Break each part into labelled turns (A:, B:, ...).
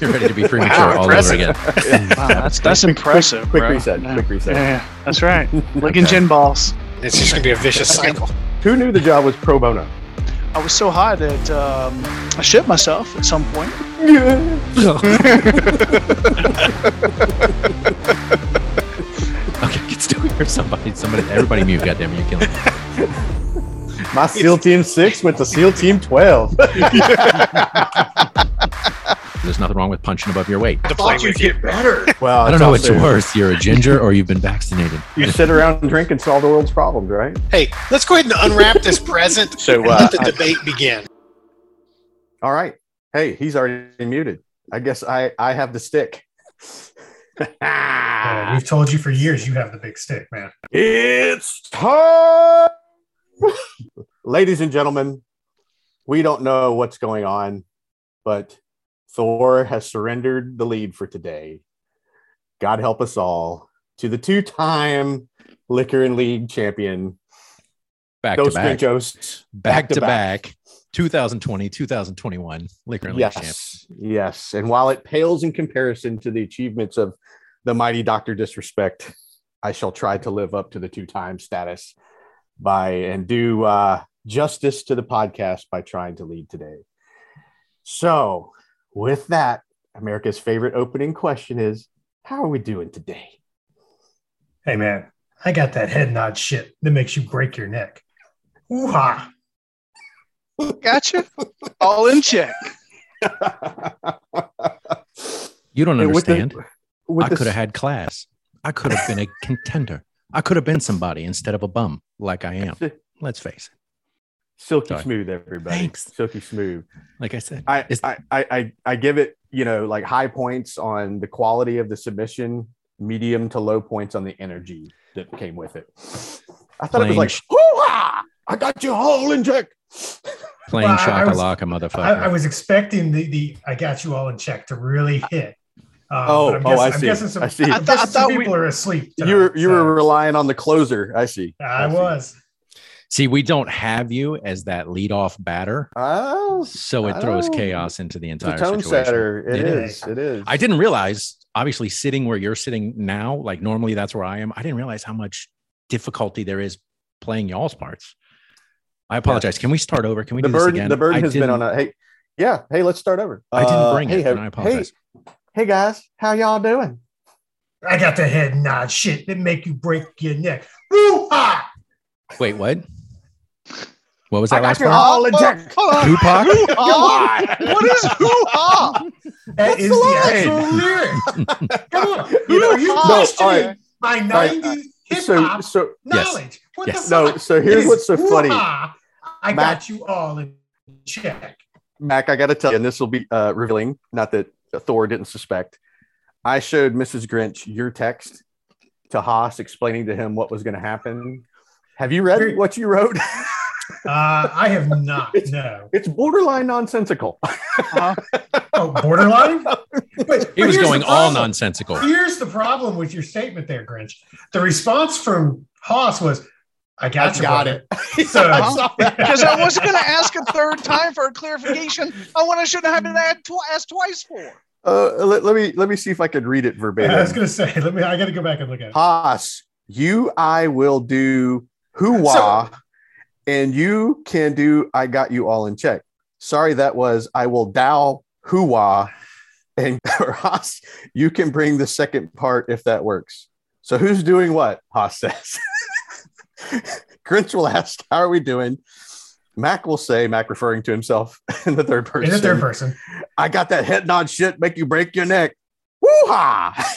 A: You're ready to be premature all
B: impressive.
A: over again.
C: Wow, that's that's
D: Quick- quick-
C: impressive.
D: quick
C: bro.
D: reset,
C: Yeah.
D: quick reset.
C: Yeah, yeah. that's right. Licking gin balls.
B: It's just gonna be a vicious cycle.
D: Who knew the job was pro bono?
C: I was so high that um, I shit myself at some point.
A: Okay, I can still hear somebody. Somebody, everybody mute. Goddamn, it, you're killing me.
D: My SEAL Team 6 went to SEAL Team 12.
A: There's nothing wrong with punching above your weight.
B: The playing with you.
E: better.
D: Well,
A: I don't know what's
D: also-
A: worse. You're a ginger or you've been vaccinated.
D: You sit around and drink and solve the world's problems, right?
B: Hey, let's go ahead and unwrap this present
D: So,
B: and
D: uh,
B: let the
D: I-
B: debate begin.
D: All right. Hey, he's already muted. I guess I, I have the stick.
E: Uh, we've told you for years you have the big stick, man.
D: It's time. Ladies and gentlemen, we don't know what's going on, but Thor has surrendered the lead for today. God help us all to the two time Liquor and League champion,
A: Back
D: Dos
A: to back.
D: Pinchos.
A: Back to back. 2020, 2021 Liquor and League champ.
D: Yes. Yes. And while it pales in comparison to the achievements of the mighty Dr. Disrespect, I shall try to live up to the two time status by and do uh, justice to the podcast by trying to lead today. So, with that, America's favorite opening question is How are we doing today?
E: Hey, man, I got that head nod shit that makes you break your neck. Ooh ha!
C: Gotcha. All in check.
A: You don't
D: And with the-
A: understand.
D: with
A: I
D: the
A: could have had class. I could have been a contender. I could have been somebody instead of a bum like I am.
D: si-
A: Let's face it.
D: silky
A: Sorry.
D: smooth, everybody.
A: Thanks.
D: Silky smooth.
A: Like I said,
D: I,
A: Is-
D: I, I, I, I give it, you know, like high points on the quality of the submission, medium to low points on the energy that came with it. I thought it was
A: Plain
D: like,
A: sh-
D: hoo-ha! I got you all in check.
A: playing
E: Well, I- I was-
A: shakalaka, motherfucker.
E: I, I was expecting the, the I got you all in check to really hit. Um,
D: Oh,
E: but
D: oh, I
E: I'm
D: see.
E: guessing some,
D: I see. I
E: I'm
C: thought- I
E: guessing some
C: thought we-
E: people are asleep.
D: You were,
E: tonight,
D: you
E: so-
D: were relying on the closer. I see.
E: I
D: see.
E: was.
A: See, we don't have you as that leadoff batter,
D: Oh, it's
A: so it throws
D: Oh.
A: chaos into the
D: a
A: entire
D: tone
A: situation.
D: setter.
A: It
D: it
E: is.
D: is. It is.
A: I didn't realize, obviously, sitting where you're sitting now, like normally that's where I am. I didn't realize how much difficulty there is playing y'all's parts. I apologize. Can we start over? Can we
D: the
A: do this
D: burden.
A: again?
D: The burden
A: I
D: has been
A: didn't-
D: on a. Hey, yeah. Hey, let's start over.
A: I didn't
D: Uh,
A: bring
D: hey,
A: it, and
D: hey,
A: I apologize.
D: Hey, guys, how y'all doing?
E: I got the head nod shit that make you break your neck. Ooh ha!
A: Wait, what? What was that
D: I got
A: last
D: you
A: part?
D: all in check.
C: Hold on.
A: Tupac?
C: Hoo-ha? Oh, What is hoo-ha?
E: That
D: That's
E: is
D: the
E: the
D: line.
E: actual lyric. Come on, you know you
C: No,
E: questioning
D: alright.
E: my
D: Alright,
E: '90s
D: uh,
E: hip
D: So,
E: hop
D: so
A: Yes.
E: knowledge. What
A: Yes.
E: the fuck?
D: no. So here's what's so funny.
E: I
D: Matt-
E: got you all in check.
D: Mac, I got to tell you, and this will be uh, revealing, not that Thor didn't suspect. I showed Mrs. Grinch your text to Haas explaining to him what was going to happen. Have you read what you wrote?
E: Uh, I have not. No.
D: it's borderline nonsensical.
C: Uh-huh.
E: Oh, borderline. But,
A: He was going all nonsensical.
E: Here's the problem with your statement there, Grinch. The response from Haas was, "I got you,
D: got
E: brother." So-
C: I saw Because I wasn't going to ask a third time for a clarification. I want to shouldn't have been asked, tw- asked twice for.
D: Uh, let, let me let me see if I could read it
E: I was
D: verbatim.
E: gonna say, let me. I gotta go back and look at it.
D: Haas, you I will do hoo wah, and you can do I got you all in check. Sorry, that was I will dow hoo wah, and Haas, you can bring the second part if that works. So who's doing what? Haas says. Grinch will ask, "How are we doing?" Mac will say, Mac referring to himself in the third person.
E: In the third person,
D: I got that head nod shit, make you break your neck. Woo ha!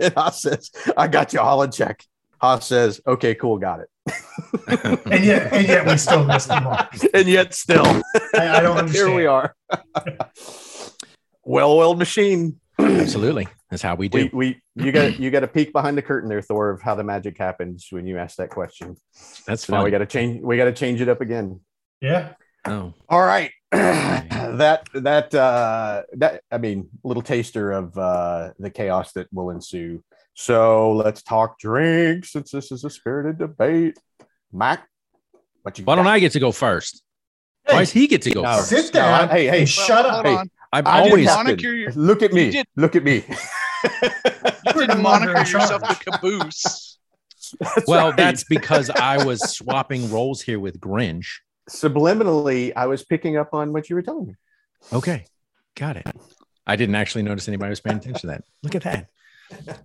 D: and Haas says, I got you all in check. Haas says, okay, cool, got it.
E: and yet, and yet, we still missed the mark.
D: And yet, still,
E: I, I don't understand.
D: here we are. well oiled machine.
A: Absolutely. That's how we do.
D: We, we, you got, you got a peek behind the curtain there, Thor, of how the magic happens when you ask that question.
A: That's
D: So now we
A: fine.
D: got to change, we got to change it up again.
E: Yeah,
A: Oh,
D: All right. that that uh that I mean little taster of uh the chaos that will ensue. So let's talk drinks since this is a spirited debate. Mac, What you
A: Why don't
D: got?
A: I get to go first?
E: Hey,
A: Why does he get to go
D: No.
A: first?
E: sit down.
D: No, I- hey, hey,
E: and shut
C: Well,
E: up.
D: Hey,
C: Hold on.
A: I've
D: I did
A: always
D: not-
C: Moniker your-
D: Look at
C: You
D: me.
C: did-
D: Look at me.
E: You're
C: You
E: no
C: didn't
E: longer
C: monitor
E: in charge.
C: yourself the caboose.
A: well.
D: right.
A: That's because I was swapping roles here with Grinch.
D: Subliminally, I was picking up on what you were telling me.
A: Okay, got it. I didn't actually notice anybody was paying attention to that. Look at that.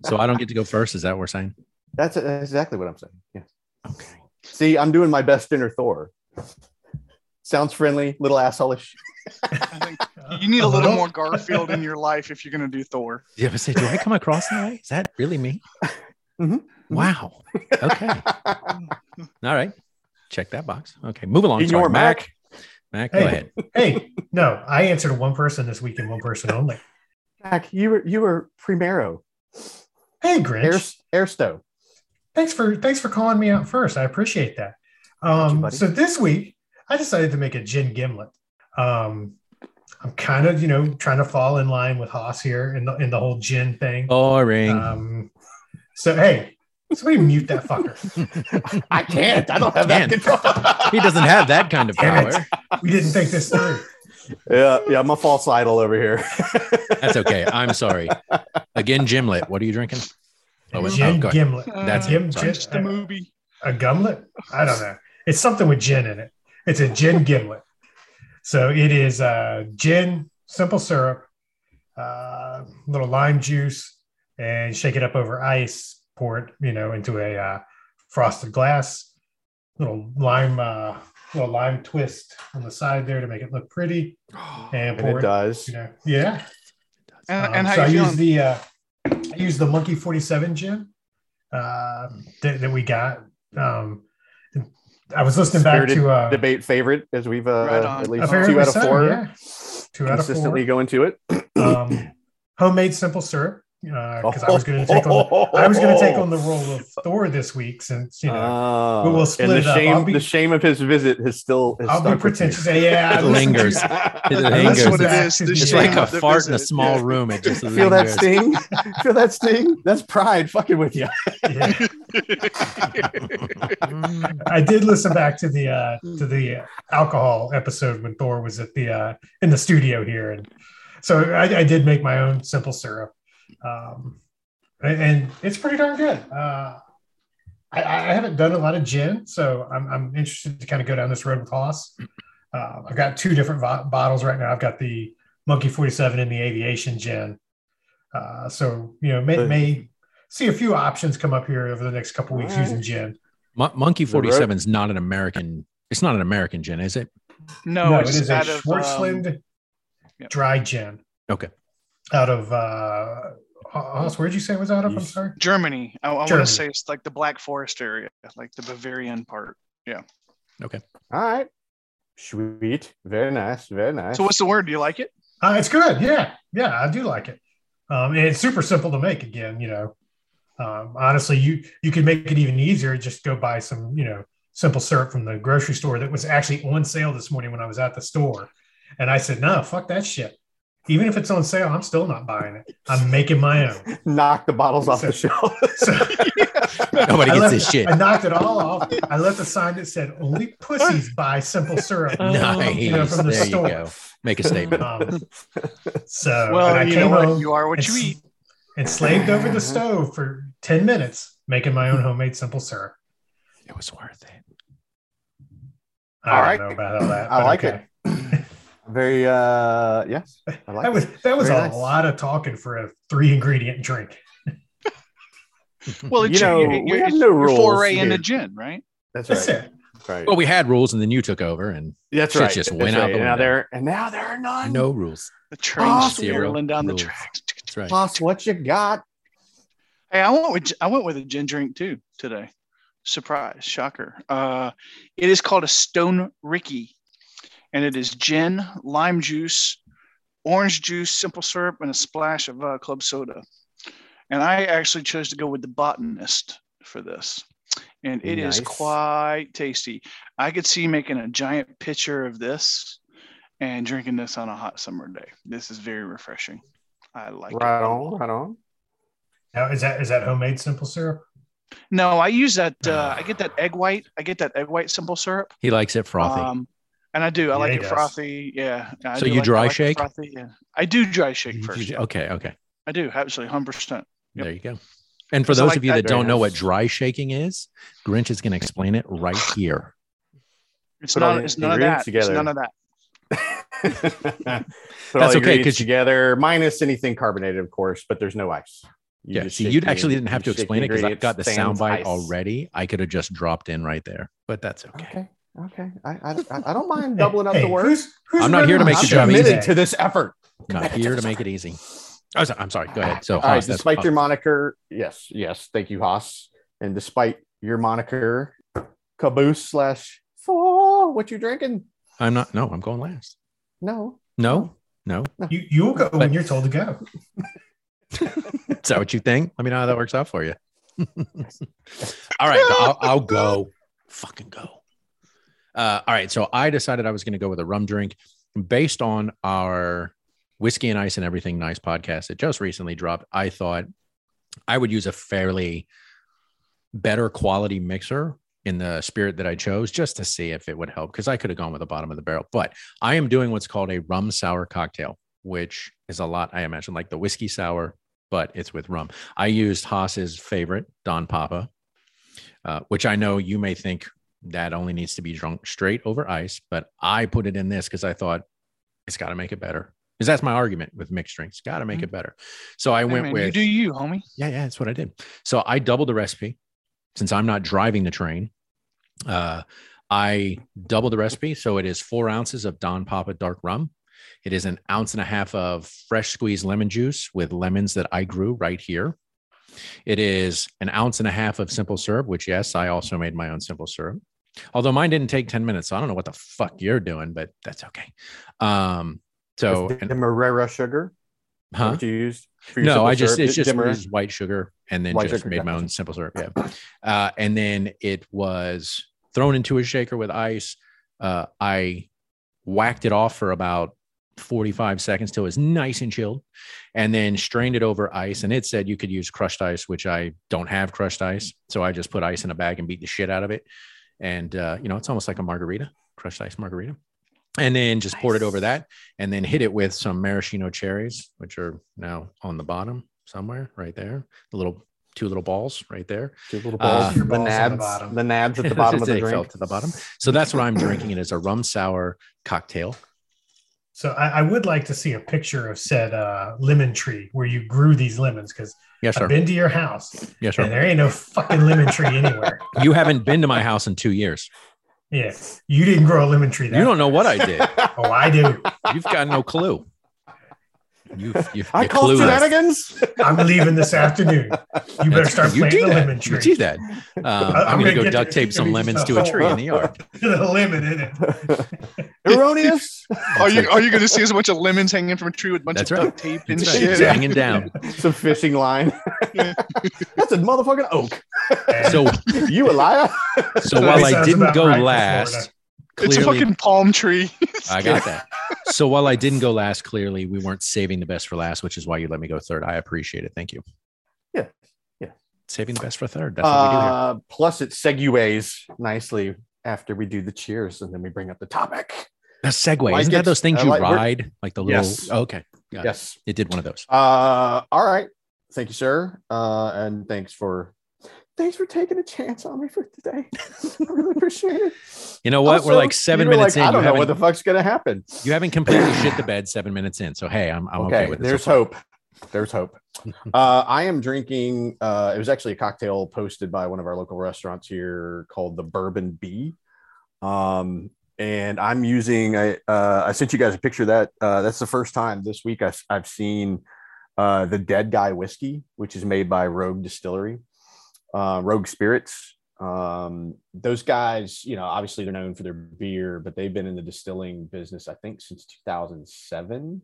A: So I don't get to go first. Is that what we're saying?
D: That's, that's exactly what I'm saying. Yes.
A: Okay.
D: See, I'm doing my best inner Thor. Sounds friendly, little asshole-ish.
C: You need a little more Garfield in your life if you're going to do Thor.
A: Yeah, but say, do I come across that way? Is that really me?
D: Mhm.
A: Wow. Okay. All right. Check that box. Okay. Move along.
D: Ignore
A: Sorry.
D: Mac.
A: Mac,
E: Hey.
A: go ahead.
E: Hey, no, I answered one person this week and one person only.
D: Mac, you were you were Primero,
E: Hey,
D: Air,
E: Grinch.
D: Airsto.
E: thanks for thanks for calling me out first. I appreciate that.
D: you,
E: Um,
D: buddy.
E: so this week, I decided to make a gin gimlet. Um, I'm kind of you know trying to fall in line with Haas here in the in the whole gin thing.
A: Boring.
E: Um, so hey, somebody mute that fucker.
D: I can't. I don't have
A: Can't.
D: that control.
A: he doesn't have that kind of
E: Damn it.
A: power.
E: We didn't think this through.
D: yeah, yeah, I'm a false idol over here.
A: That's okay. I'm sorry. Again, Gimlet, what are you drinking? Oh,
E: A
A: it's-
E: gin
A: oh, go ahead.
E: gimlet.
A: That's
E: Gim,
A: Sorry.
E: gin,
C: Just the movie.
E: a gimlet? I don't know. It's something with gin in it. It's a gin gimlet. So it is uh, gin, simple syrup, uh, little lime juice, and shake it up over ice. Pour it, you know, into a uh, frosted glass. Little lime, uh, little lime twist on the side there to make it look pretty, and
D: And it
E: pour it.
D: does.
E: You know, yeah.
C: And,
E: Um,
C: Uh, and how
E: so I
C: you feeling?
E: use the uh, I use the Monkey Forty Seven gin uh, that, that we got. Um, I was listening
D: Spirited
E: back to uh,
D: Debate favorite as we've uh,
C: Right on.
D: at
E: a
D: least
E: very
D: two out of
E: recent-
D: four
E: yeah. Two out of
D: consistently
E: four.
D: going to it.
E: Um, homemade simple syrup because I was going to take on the, I was going to take on the role of Thor this week since you know
D: Ah,
E: But we'll split
D: and
E: it
D: the
E: up.
D: shame,
E: I'll be-
D: the shame of his visit has still. Has
E: I'll be
D: stuck with me.
E: pretentious. Yeah, I
A: It
E: listened to-
A: lingers. It
E: I listened
A: lingers.
C: That's what it
E: back
C: is.
E: to
C: This
E: the,
A: It's like
E: uh,
A: a
C: The
A: fart in a
C: visit,
A: small
C: yeah.
A: room. It just
D: Feel that
A: lingers.
D: sting? Feel that sting? That's pride fucking with you.
E: yeah.
A: Mm.
E: I did listen back to the uh, to the alcohol episode when Thor was at the uh, in the studio here, and so I, I did make my own simple syrup, um, and, and it's pretty darn good. Uh, I, I haven't done a lot of gin, so I'm, I'm interested to kind of go down this road with Haas. Uh, I've got two different vo- bottles right now. I've got the Monkey Forty Seven and the Aviation Gin. Uh, so you know, may, may see a few options come up here over the next couple weeks
D: All right.
E: using gin.
A: Mon- Monkey
D: The road-
A: 47 is not an American. It's not an American gin, is it?
C: No,
E: no, it
C: it's
E: is a
C: out of um,
E: Schwarzschild
C: yeah.
E: dry gin.
A: Okay.
E: Out of uh, Haas, where'd you say it was out of? I'm
D: Yeast.
E: sorry.
C: Germany. I, I want
E: Germany.
C: to say it's like the Black Forest area, like the Bavarian part.
D: All right. Sweet. Very nice. Very nice.
C: So what's the word? Do you like it?
E: Uh, it's good. Yeah, yeah, I do like it. Um, and it's super simple to make. Again, you know, um, honestly, you you could make it even easier. Just go buy some, you know, simple syrup from the grocery store that was actually on sale this morning when I was at the store, and I said, no, fuck that shit. Even if it's on sale, I'm still not buying it. I'm making my own.
D: Knock the bottles off the shelf.
E: So
A: Nobody
E: I
A: gets
E: left-
A: this shit.
E: I knocked it all off. I left a sign that said "Only pussies buy simple syrup."
A: Nice.
E: You know, Oh, from the
A: there
E: store.
A: you go. Make a statement.
E: Um, so Uh, and I
C: Well, you know
E: came
C: what?
E: home
C: You are what
E: and
C: you
E: s-
C: eat.
E: and slaved over the stove for ten minutes making my own homemade simple syrup.
A: It was worth it.
E: I
D: All
E: don't
D: right.
E: know about all that.
D: I
E: but
D: like it.
E: okay.
D: Very uh yes. I like
E: That was that was
D: Very
E: a
D: nice.
E: lot of talking for a three ingredient drink.
C: Well,
D: You
C: it's your-
D: know,
C: your-
D: we
C: your-
D: have no
C: your
D: rules
C: foray into
D: here.
C: gin, right?
D: That's
E: That's
D: right.
E: it.
D: That's right.
A: Well, we had rules, and then you took over, and
D: That's
A: Oh, shit
D: right.
A: just
D: That's
A: went out
D: right.
A: the
D: and now
A: window.
D: there and now there are none.
A: no rules.
C: The train's
D: Oh,
A: zero
C: swirling down
A: rules.
C: the tracks.
A: That's
C: Um,
A: right.
D: Plus what you got.
C: Hey, I went with I went with a gin drink too today. Surprise, shocker. Uh, it is called a Stone Ricky, and it is gin, lime juice, orange juice, simple syrup, and a splash of uh, club soda. And I actually chose to go with the botanist for this, and it is
D: Nice.
C: quite tasty. I could see making a giant pitcher of this and drinking this on a hot summer day. This is very refreshing. I like it.
D: Right on, right on.
E: Now, is that is that homemade simple syrup?
C: No, I use that. Uh, I get that egg white. I get that egg white simple syrup.
A: He likes it frothy.
C: Um, and I do. I
E: Yeah,
C: like
E: he
C: it
E: does.
C: frothy. Yeah. I
A: So
C: do
A: you
C: like- I
A: dry
C: like it
A: shake?
C: Frothy. Yeah. I do dry shake
A: You-
C: first.
A: you- okay, okay.
C: I do absolutely hundred percent. Yep.
A: There you go. And for
C: So
A: those
C: like
A: of you
C: that-
A: that
D: Very
A: don't know what
D: nice.
A: dry shaking is, Grinch is going to explain it right here.
C: It's
D: Put all
C: not.
D: the
C: It's none of that. It's
D: ingredients together.
C: none of that.
D: That's
A: That's okay, 'cause you-
D: together minus anything carbonated, of course, but there's no ice. You
A: yeah.
D: just
A: See,
D: shake
A: you
D: the-
A: actually didn't have to
D: you shake
A: explain it because I
D: ingredients,
A: got the
D: stands
A: soundbite
D: ice.
A: already. I could have just dropped in right there, but that's okay.
D: Okay. Okay. I, I, I- I don't mind doubling up the words.
E: Who's, who's
A: I'm not here to
E: running
A: make
E: the
A: it
E: show
A: job
E: today?
D: committed to this effort.
A: Not here to make it easy. Oh, so- I'm sorry. Go ahead. So,
D: All right,
A: Haas, that's-
D: despite your
A: Haas.
D: moniker, yes, yes, thank you, Haas. And despite your moniker, caboose slash four, what you drinking?
A: I'm not. No, I'm going last.
D: No,
A: No, no.
E: You, you'll go
A: But-
E: when you're told to go.
A: Is that what you think? Let me know how that works out for you. all right, I'll, I'll go. Fucking go. Uh, all right, so I decided I was going to go with a rum drink based on our whiskey and ice and everything nice podcast that just recently dropped. I thought I would use a fairly better quality mixer in the spirit that I chose just to see if it would help because I could have gone with the bottom of the barrel. But I am doing what's called a rum sour cocktail, which is a lot, I imagine, like the whiskey sour, but it's with rum. I used Haas's favorite, Don Papa, uh, which I know you may think that only needs to be drunk straight over ice, but I put it in this because I thought it's got to make it better. Because that's my argument with mixed drinks, got to
C: Mm-hmm.
A: make it better. So I
C: Hey,
A: went
C: man,
A: with
C: you do you, homie.
A: yeah, yeah, that's what I did. So I doubled the recipe since I'm not driving the train. Uh, I doubled the recipe. So it is four ounces of Don Papa dark rum. It is an ounce and a half of fresh squeezed lemon juice with lemons that I grew right here. It is an ounce and a half of simple syrup, which, yes, I also made my own simple syrup. Although mine didn't take 10 minutes. So I don't know what the fuck you're doing, but that's okay. Um, so,
D: With
A: and-
D: Demerara sugar. Is that
A: huh?
D: What you used? for your
A: No,
D: simple
A: I just
D: syrup?
A: it's just
D: Demerara?
A: used white sugar and then
D: White
A: just
D: sugar,
A: made my
D: gotcha.
A: own simple syrup. Yeah, uh, and then it was thrown into a shaker with ice. Uh, I whacked it off for about forty-five seconds till it was nice and chilled, and then strained it over ice. And it said you could use crushed ice, which I don't have crushed ice, so I just put ice in a bag and beat the shit out of it. And uh, you know, it's almost like a margarita, crushed ice margarita. And then just poured it over that and then hit it with some maraschino cherries, which are now on the bottom somewhere, right there. The little two little balls right there.
D: Two little
A: Uh,
D: balls,
E: Your
D: the
E: balls on the
D: nabs,
E: bottom.
D: the nabs at the bottom of the
A: They fell
D: drink.
A: to the bottom. So that's what I'm drinking. It is a rum sour cocktail.
E: So I, I would like to see a picture of said uh, lemon tree where you grew these lemons because
A: Yes,
E: I've
A: sir.
E: been to your house
A: Yes,
E: and
A: sir.
E: there ain't no fucking lemon tree anywhere.
A: You haven't been to my house in two years.
E: Yeah, you didn't grow a lemon tree. That
A: You don't know what I did.
E: Oh, I do.
A: You've got no clue. You, you,
D: I
A: you
D: call
A: clueless.
D: shenanigans.
E: I'm leaving this afternoon. You better start
A: You
E: planting
A: do
E: the lemon
A: that. You
E: tree.
A: do that. Um, I'm
E: I'm
A: going
E: gonna
A: to go
E: get
A: duct
E: to-
A: tape some
E: give me
A: lemons
E: just
A: to
E: a
A: a tree in the yard.
E: the lemon in it.
D: Erroneous.
C: All you all you're gonna see is a bunch of lemons hanging from a tree with a bunch
A: That's
C: of
A: right.
C: duct tape and
A: It's
D: right.
C: shit.
D: Yeah.
A: hanging down.
D: Some fishing line. That's a motherfucking oak.
E: And
A: So,
D: You a liar.
A: so
E: that
A: while I
E: sounds
A: didn't
E: about
A: go
E: right for
A: last,
E: Florida.
C: It's a
A: clearly-
C: fucking palm tree.
A: I got that. So while I didn't go last, clearly we weren't saving the best for last, which is why you let me go third. I appreciate it. Thank you.
D: Yeah. Yeah.
A: Saving the best for third. That's what we do here.
D: Uh, plus, it segues nicely after we do the cheers, and then we bring up the topic.
A: A segue.
D: like
A: Isn't that
D: it.
A: those things
D: I
A: you
D: like- we're-
A: ride? Like the little.
D: Yes.
A: oh, okay. Got it.
D: Yes.
A: It did one of those.
D: Uh, all right. Thank you, sir. Uh, and thanks for thanks for taking a chance on me for today. I really appreciate it.
A: You know what?
D: Also,
A: We're like seven
D: you were
A: minutes
D: like,
A: in.
D: I don't
A: you,
D: know
A: haven't,
D: what the fuck's gonna happen.
A: you haven't completely shit the bed seven minutes in. So, hey, I'm, I'm okay, with it. so
D: there's
A: far.
D: hope. There's hope. uh, I am drinking. Uh, it was actually a cocktail posted by one of our local restaurants here called the Bourbon Bee, um, and I'm using. I uh, I sent you guys a picture of that. Uh, that's the first time this week I, I've seen uh, the Dead Guy whiskey, which is made by Rogue Distillery, uh, Rogue Spirits. Um, those guys, you know, obviously they're known for their beer, but they've been in the distilling business, I think, since 2007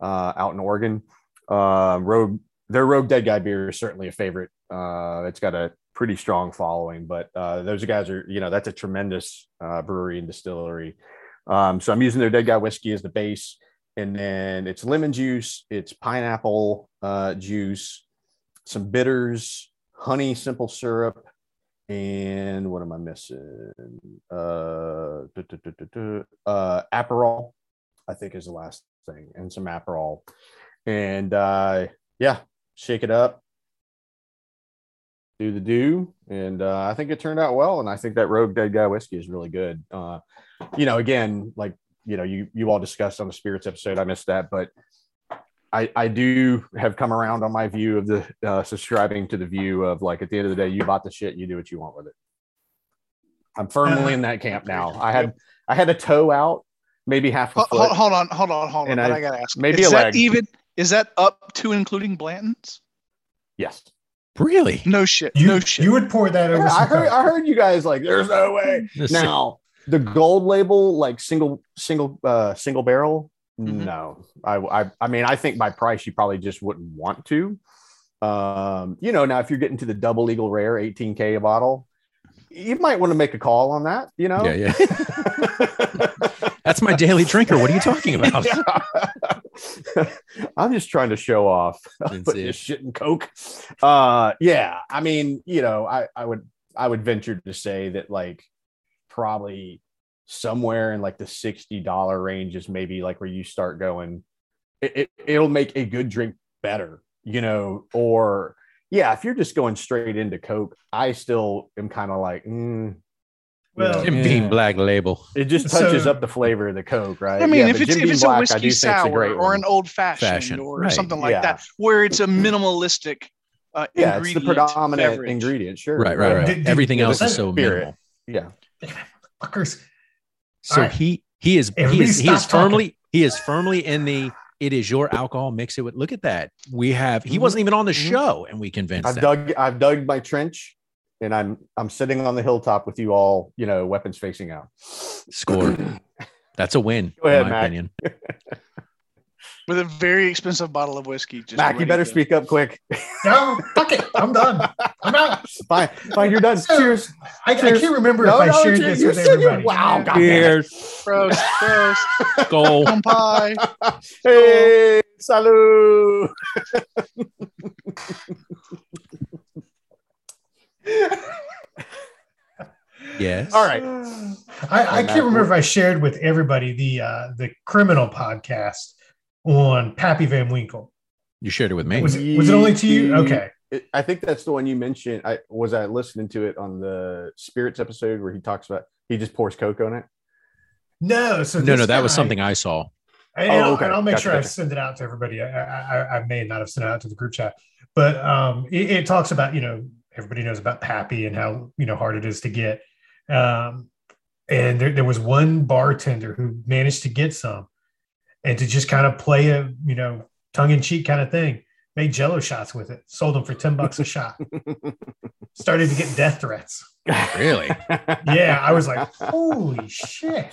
D: uh, out in Oregon. Uh, Rogue, their Rogue Dead Guy beer is certainly a favorite. Uh, it's got a pretty strong following, but uh, those guys are, you know, that's a tremendous uh, brewery and distillery. Um, so I'm using their Dead Guy whiskey as the base, and then it's lemon juice, it's pineapple uh, juice, some bitters, honey simple syrup, and what am I missing? Uh, duh, duh, duh, duh, duh, uh, Aperol, I think is the last thing, and some Aperol, and uh, yeah, shake it up, do the do, and uh, I think it turned out well, and I think that Rogue Dead Guy whiskey is really good. Uh, you know, again, like you know, you you all discussed on the spirits episode, I missed that, but I, I do have come around on my view of the uh, subscribing to the view of like at the end of the day, you bought the shit, you do what you want with it. I'm
C: Uh,
D: firmly in that camp now. I had I had a toe out, maybe half a
C: Ho-
D: foot.
C: Hold, hold on, hold on, hold on.
D: And
C: but
D: I-
C: I, gotta ask.
D: maybe
C: is
D: a
C: that
D: leg.
C: even? Is that up to including Blanton's?
D: Yes,
A: Really?
C: No shit.
E: You,
C: no shit.
E: you would pour that over
D: Yeah,
E: some
D: I heard
E: Coke.
D: I heard you guys like there's no way.
A: This-
D: Now the gold label, like single single uh, single barrel.
C: Mhm.
D: No, I, I I mean I think by price you probably just wouldn't want to. Um, you know, now if you're getting to the double eagle rare 18k a bottle, you might want to make a call on that. You know,
A: Yeah, yeah. That's my daily drinker. What are you talking about?
D: Yeah. I'm just trying to show off.
A: It's
D: Putting
A: it.
D: this shit in Coke. Uh yeah. I mean, you know, I, I would I would venture to say that like probably somewhere in like the $60 range is maybe like where you start going. It, it it'll make a good drink better, you know, or yeah, if you're just going straight into Coke, I still am kind of like, mm, you
E: Well,
D: know,
A: Jim Beam
D: yeah.
A: Black Label.
D: It just touches
E: So-
D: up the flavor of the Coke, right?
C: I mean,
D: Uh, Yeah,
C: if
D: but
C: it's
D: Jim
C: if
D: Beam
C: it's a
D: Black, I
C: whiskey
D: do think it's a
C: sour
D: great
C: or
D: one.
C: an old fashioned
A: Fashion,
C: or
A: right.
C: something like
D: Yeah.
C: that, where it's a minimalistic. Uh,
D: yeah, it's
C: ingredient
D: the predominant
C: beverage.
D: ingredient, sure.
A: Right, right, right.
E: Did- did-
A: Everything
E: yeah,
A: else
E: but
A: is
E: that
A: so
D: spirit.
A: minimal.
D: Yeah.
E: Fuckers.
A: So
E: Alright.
A: he he is he
E: Everybody
A: is, he
E: stop
A: is firmly he is firmly in the it is your alcohol mix it with look at that we have he
E: Mm-hmm.
D: Mhm.
A: wasn't even on the
D: Mhm.
A: show and we convinced
D: I've
A: him.
D: dug I've dug my trench and I'm I'm sitting on the hilltop with you all, you know, weapons facing out.
A: score that's a win
D: Go ahead,
A: in my
D: Mac.
A: opinion
C: with a very expensive bottle of whiskey. Just
D: Mac, you
C: ready
D: better
C: to-
D: speak up quick.
E: No, fuck it. I'm done. I'm out.
D: Fine, fine, you're done.
E: So-
D: Cheers.
E: I, I
D: Cheers.
E: can't remember
D: No,
E: if I
D: no,
E: shared
D: you-
E: this
D: you
E: with
D: said you-
E: everybody.
D: wow, God.
A: cheers
C: Gross, gross,
A: goal
C: come pie.
D: Hey, salud.
A: yes
D: All
E: I, I
D: right. And that
E: can't remember if I shared with everybody the uh, the criminal podcast on Pappy Van Winkle.
A: you shared it with me
E: Was it, was it only to you? Okay.
D: It- I think that's the one you mentioned. I was I listening to it on the spirits episode where he talks about he just pours Coke on it.
E: No. So
A: no
E: this
A: no that was
E: guy-
A: something i saw
E: And,
D: Oh,
E: I'll,
D: okay.
E: and I'll make
D: Gotcha,
E: sure I
D: gotcha.
E: send it out to everybody. I, I, I may not have sent it out to the group chat, but um, it, it talks about you know everybody knows about Pappy and how you know hard it is to get. Um, and there, there was one bartender who managed to get some, and to just kind of play a you know tongue in cheek kind of thing, made Jello shots with it, sold them for ten bucks a shot. Started to get death threats.
A: really
E: Yeah, I was like, holy shit.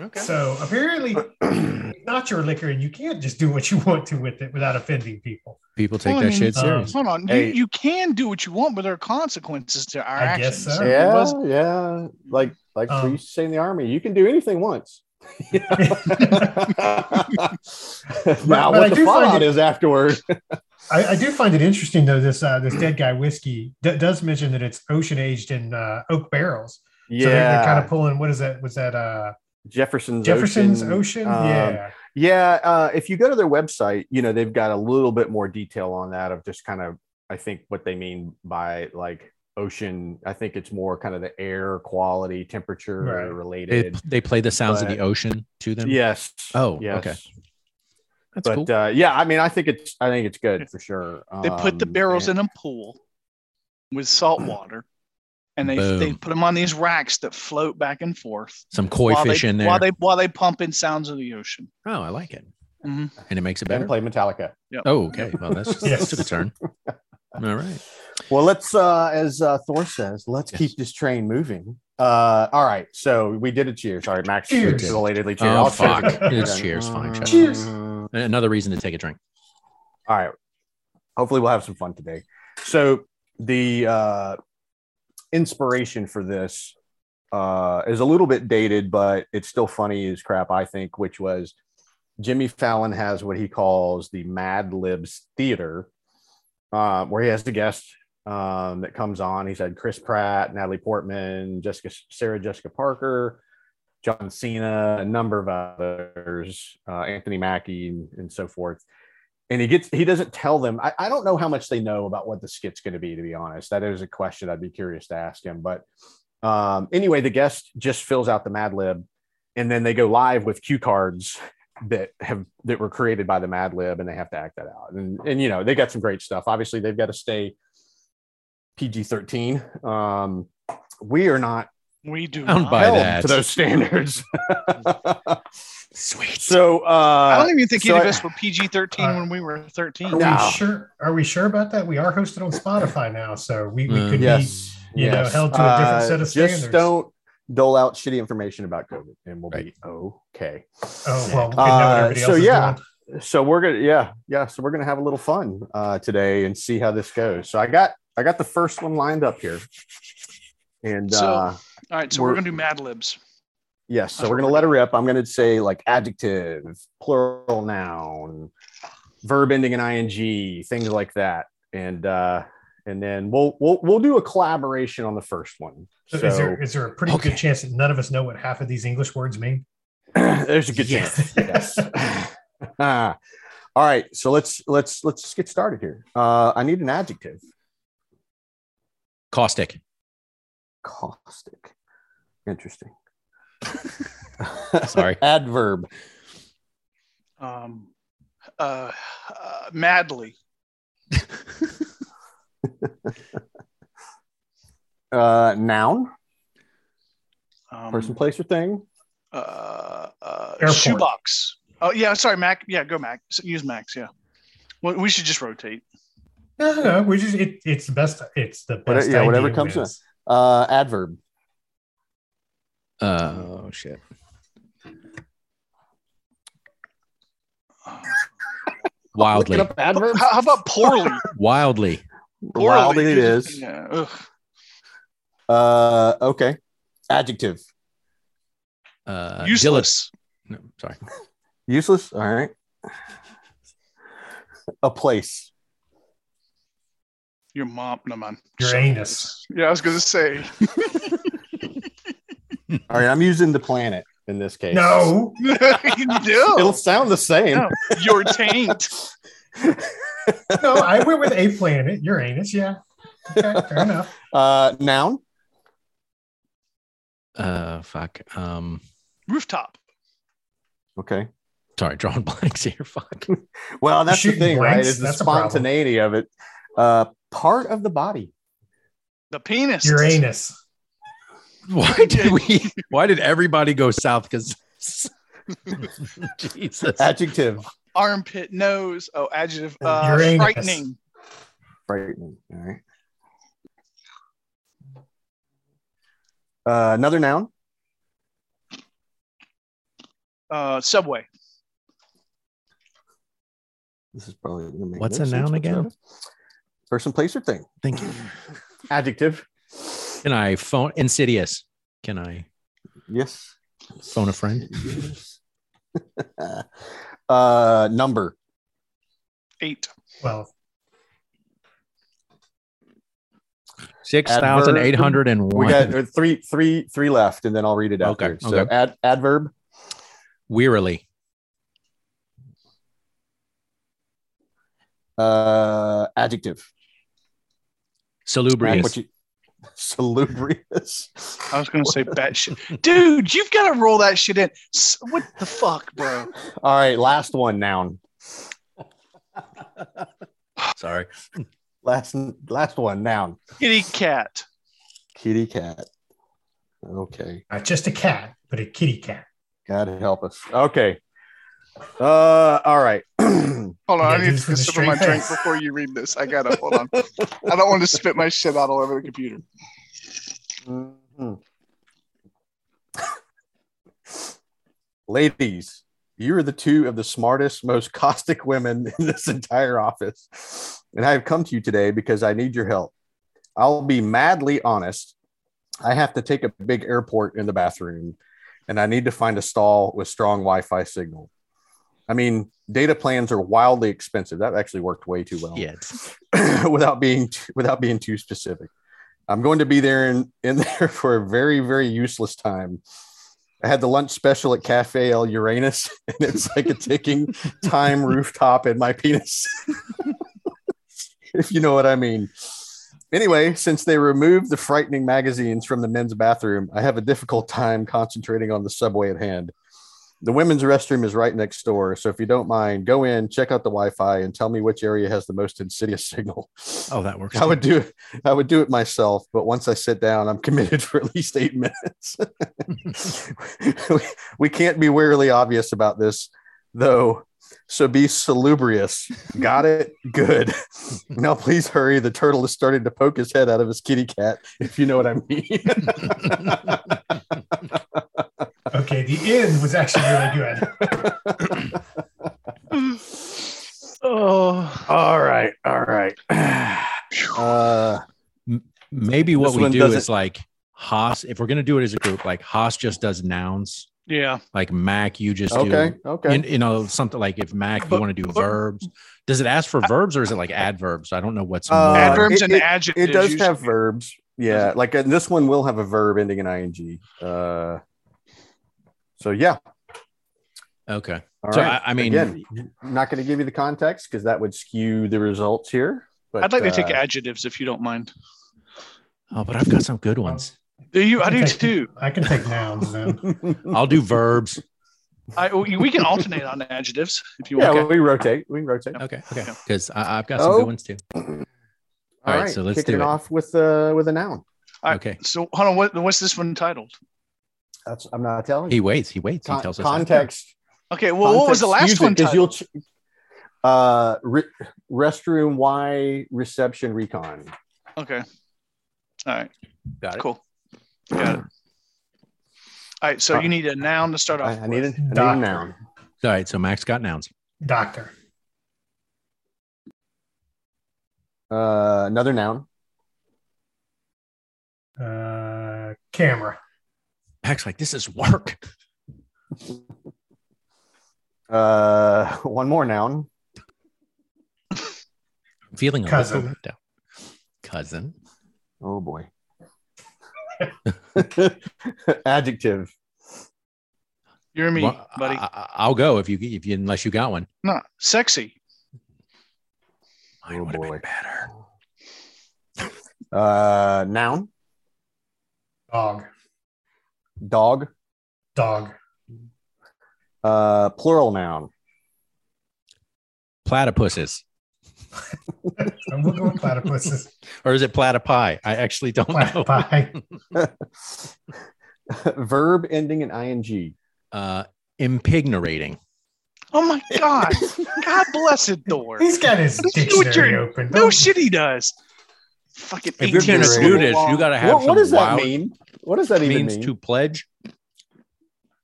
A: okay
E: So apparently, it's not your liquor, and you can't just do what you want to with it without offending people.
A: people take
C: Well, I
A: that
C: mean,
A: shit
E: um,
A: serious
C: Hold on,
D: Hey.
C: you, you can do what you want, but there are consequences to our
E: I guess
C: actions.
E: so.
C: It
D: yeah,
C: was-
D: yeah. Like like we
E: Um,
D: used to say in the army, you can do anything once. now
E: but I
D: what the
E: do find
D: fallout
E: it-
D: is afterward.
E: I, I do find it interesting though. This uh, this dead guy whiskey d- does mention that it's ocean aged in uh, oak barrels.
D: Yeah,
E: So they're, they're kind of pulling. What is that? Was that uh,
D: Jefferson's
E: Jefferson's Ocean?
D: um,
E: yeah.
D: Yeah, uh, if you go to their website, you know they've got a little bit more detail on that of just kind of, I think what they mean by like ocean. I think it's more kind of the air quality, temperature
E: Right.
A: they,
D: related.
A: they play the sounds of
D: but-
A: the ocean to them
D: yes.
A: Oh,
D: yes.
A: okay. that's
D: but
A: cool
D: uh, yeah, I mean, I think it's I think it's good for sure.
C: They put the
D: Um,
C: barrels
D: and-
C: in a pool with
D: Mm.
C: salt water, and they they
A: Boom.
C: put them on these racks that float back and forth
A: some koi
C: while
A: fish
C: they,
A: in there
C: while they while they pump in sounds of the ocean.
A: oh i like it
C: Mhm.
A: and it makes it better
D: and play Metallica.
A: oh okay well that's
E: Yes.
A: that took a turn all right
D: Well, let's uh, as uh, Thor says, let's
A: Yes.
D: keep this train moving. Uh, all right, so we did a cheers. All right, Max,
E: Cheers.
D: cheers. belatedly cheers.
A: Oh,
D: I'll cheers
E: fuck.
D: again.
A: It's cheers, fine, cheers.
E: Cheers.
D: All
A: another reason to take a drink
D: right. Hopefully, we'll have some fun today. So the uh, inspiration for this uh, is a little bit dated, but it's still funny as crap, I think, which was Jimmy Fallon has what he calls the Mad Libs Theater, uh, where he has the guest um, that comes on. He's had Chris Pratt, Natalie Portman, Jessica Sarah Jessica Parker, John Cena, a number of others, uh, Anthony Mackie, and, and so forth. And he gets he doesn't tell them. I, I don't know how much they know about what the skit's going to be. To be honest, that is a question I'd be curious to ask him. But um, anyway, the guest just fills out the Mad Lib, and then they go live with cue cards that have that were created by the Mad Lib, and they have to act that out. And and you know they got some great stuff. Obviously, they've got to stay PG thirteen. Um, we are not
C: We do.
A: Bound
C: not.
A: by
D: held
A: that.
D: to those standards.
A: Sweet.
D: so uh,
C: I don't even think
D: so
C: any of
D: I-
C: us were PG 13
E: Uh,
C: when we were 13.
E: Are
D: No.
E: we sure? Are we sure about that? We are hosted on Spotify now, so we, we
A: Mm.
E: could
D: yes,
E: be, you know,
D: yes.
E: held to a different
D: Uh,
E: set of standards.
D: Just don't dole out shitty information about COVID, and we'll
A: Right.
D: be okay.
E: oh well. We know
D: Uh,
E: what everybody
D: so
E: else is
D: yeah.
E: doing.
D: so we're gonna yeah yeah so we're gonna have a little fun uh today and see how this goes so i got i got the first one lined up here and
C: So-
D: uh
C: All right, so we're,
D: We're-
C: going to do Mad Libs.
D: yes
C: That's
D: so we're
C: what
D: gonna
C: we're
D: let her rip i'm gonna say like adjective plural noun verb ending in ing things like that and uh and then we'll we'll we'll do a collaboration on the first one
E: So
D: so
E: is there is there a pretty
A: Okay.
E: good chance that none of us know what half of these English words mean?
D: there's a good
A: Yes.
D: chance yes Ah. all right so let's let's let's just get started here uh i need an adjective
A: Caustic.
D: caustic. Interesting.
A: Sorry.
D: Adverb.
C: Um, uh, uh, madly.
D: Uh, noun.
C: Um,
D: Person, place, or thing.
C: Uh, uh,
E: Airport.
C: shoebox. Oh, yeah, sorry, Mac. Yeah, go Mac. S- Use Max, yeah. Well, we should just rotate.
E: No, no, we just it, it's the best. It's the
D: Whatever-
E: best.
D: yeah, whatever
E: idea
D: comes
E: wins.
D: Uh, adverb.
A: Uh, oh shit.
C: Uh,
A: Wildly.
D: Look it up adverb.
C: How, how about poorly?
A: Wildly.
C: poorly.
D: Wildly it is.
C: Yeah. Ugh.
D: Uh, okay. Adjective.
A: Uh,
C: Useless.
A: dili- no, sorry.
D: Useless. All right. A place.
C: Your mom. No, man.
E: Your
C: Sorry.
E: anus.
C: Yeah, I was going to say.
D: All right. I'm using the planet in this case.
E: No,
C: you do.
D: It'll sound the same.
C: No. Your taint.
E: no, I went with a planet. Your anus, yeah. Okay, fair enough.
D: Uh, noun.
A: Uh, fuck. Um,
C: Rooftop.
D: Okay.
A: sorry, drawing blanks here. Fuck.
D: Well, that's the
E: Shooting
D: thing, right?
E: blanks,
D: Is the
E: that's a problem.
D: spontaneity of it. Uh, part of the body.
C: The penis.
E: Your anus.
A: Why did we? Why did everybody go south? Because Jesus.
D: Adjective.
C: Armpit nose. Oh, adjective. Uh,
E: Your anus.
C: frightening.
D: frightening. All right. Uh, another noun.
C: Uh, subway.
D: This is probably gonna make
A: What's
D: no
A: a
D: sense
A: noun again?
D: whatsoever. Person, place, or thing.
A: Thank you.
D: Adjective.
A: Can I phone insidious? Can I
D: Yes.
A: phone a friend?
D: uh, number.
C: Eight.
E: Well,
A: Six thousand eight hundred and
D: We
A: one.
D: got uh, three, three, three left, and then I'll read it out.
A: Okay,
D: here. So,
A: okay.
D: ad, adverb.
A: Wearily.
D: Uh, adjective. Mac,
A: Salubrious.
D: what you- Salubrious.
C: I was going to say batshit. Dude, you've got to roll that shit in. S- What the fuck, bro?
D: All right, last one. Noun.
A: Sorry.
D: Last, last one. Noun.
C: Kitty cat.
D: Kitty cat. Okay.
E: not just a cat, but a kitty cat.
D: God help us. Okay. Uh, all right.
C: Hold on,
E: Yeah,
C: I need to
E: these are the
C: sip on my
E: straight
C: drink
E: facts.
C: before you read this. I gotta hold on. I don't want to spit my shit out all over the computer.
D: Mhm. Ladies, you are the two of the smartest, most caustic women in this entire office. And I have come to you today because I need your help. I'll be madly honest. I have to take a big airport in the bathroom, and I need to find a stall with strong Wi Fi signal. I mean, data plans are wildly expensive. That actually worked way too well.
A: Yeah.
D: without being t- without being too specific. I'm going to be there in, in there for a very very useless time. I had the lunch special at Cafe El Uranus, and it's like a ticking time rooftop in my penis, if you know what I mean. Anyway, since they removed the frightening magazines from the men's bathroom, I have a difficult time concentrating on the subway at hand. The women's restroom is right next door, so if you don't mind, go in, check out the Wi-Fi, and tell me which area has the most insidious signal.
A: Oh, that works.
D: I would do it. I would do it myself, but once I sit down, I'm committed for at least eight minutes. we, we can't be wearily obvious about this, though. So be salubrious. Got it? Good. Now please hurry. The turtle is starting to poke his head out of his kitty cat, if you know what I mean.
E: Okay, the end was actually really good.
C: Oh,
D: all right. All right. Uh,
A: Maybe what
D: This
A: we
D: one
A: do
D: doesn't-
A: is like Haas. If we're gonna do it as a group, like Haas just does nouns.
C: yeah.
A: Like Mac, you just
D: okay.
A: do.
D: Okay.
A: in- you know something like if Mac, you
C: But-
A: want to do
C: but-
A: verbs. Does it ask for verbs or is it like adverbs? I don't know what's.
D: Uh,
A: more-
C: Adverbs
D: it-
C: and
D: it-
C: adjectives.
D: it does
C: usually.
D: have verbs. Yeah, like uh, this one will have a verb ending in ing. Uh, so yeah,
A: okay.
D: all right.
A: so I, I mean,
D: Again, I'm not going to give you the context because that would skew the results here. But
C: I'd like to take
D: uh,
C: adjectives if you don't mind.
A: oh, but I've got some good ones.
C: Do you? I do
E: Okay.
C: too.
E: I can take nouns then.
A: I'll do verbs.
C: I we we can alternate on adjectives if you
D: yeah,
C: want.
D: we rotate. We rotate.
A: Okay, okay.
C: Yeah.
A: Because I've got some
D: Oh.
A: good ones too.
D: all
A: right,
D: right,
A: so let's
D: kicking
A: do
D: it
A: it.
D: off with uh, with a noun.
C: All right.
A: Okay.
C: So hold on. What, what's this one titled?
D: That's I'm not telling
A: He
D: you.
A: waits. He waits.
D: Con-
A: he tells us that.
D: context.
C: Okay. Well, what was the last one?
D: Because
C: Titled?
D: you'll ch- uh, re- restroom Y reception recon.
C: okay. All right.
A: Got it.
C: Cool. Got it. All right. So you need a noun to start
D: I,
C: off.
D: I need a, I need a
E: Doctor.
D: noun.
A: All right. So Max got nouns.
E: Doctor.
D: Uh, another noun.
E: Uh, camera.
A: Max like this is work.
D: Uh, one more noun.
A: I'm feeling a
E: Cousin.
A: little left out. Cousin.
D: Oh boy. Adjective.
C: You're me,
A: Well,
C: buddy.
A: I, will go if you if you unless you got one.
C: no, sexy.
A: Mine
D: Oh,
A: would have
D: boy.
A: been better.
D: Uh, noun.
E: Dog.
D: Dog.
E: Dog.
D: Uh, plural noun.
A: Platypuses,
E: I'm looking with platypuses.
A: or is it platypi? I actually don't know.
E: Platypi.
D: Verb ending in ing.
A: Uh, impignorating.
C: Oh my God. God bless it, Thor.
E: He's got his
C: Don't do what
E: dictionary
C: you're-
E: open.
C: No
E: Don't-
C: shit, he does. Fucking.
A: If you're gonna
C: 18
A: do this, you gotta have
D: What,
A: some
D: what does that
A: wild-
D: mean? What does that even
A: means
D: mean?
A: to pledge,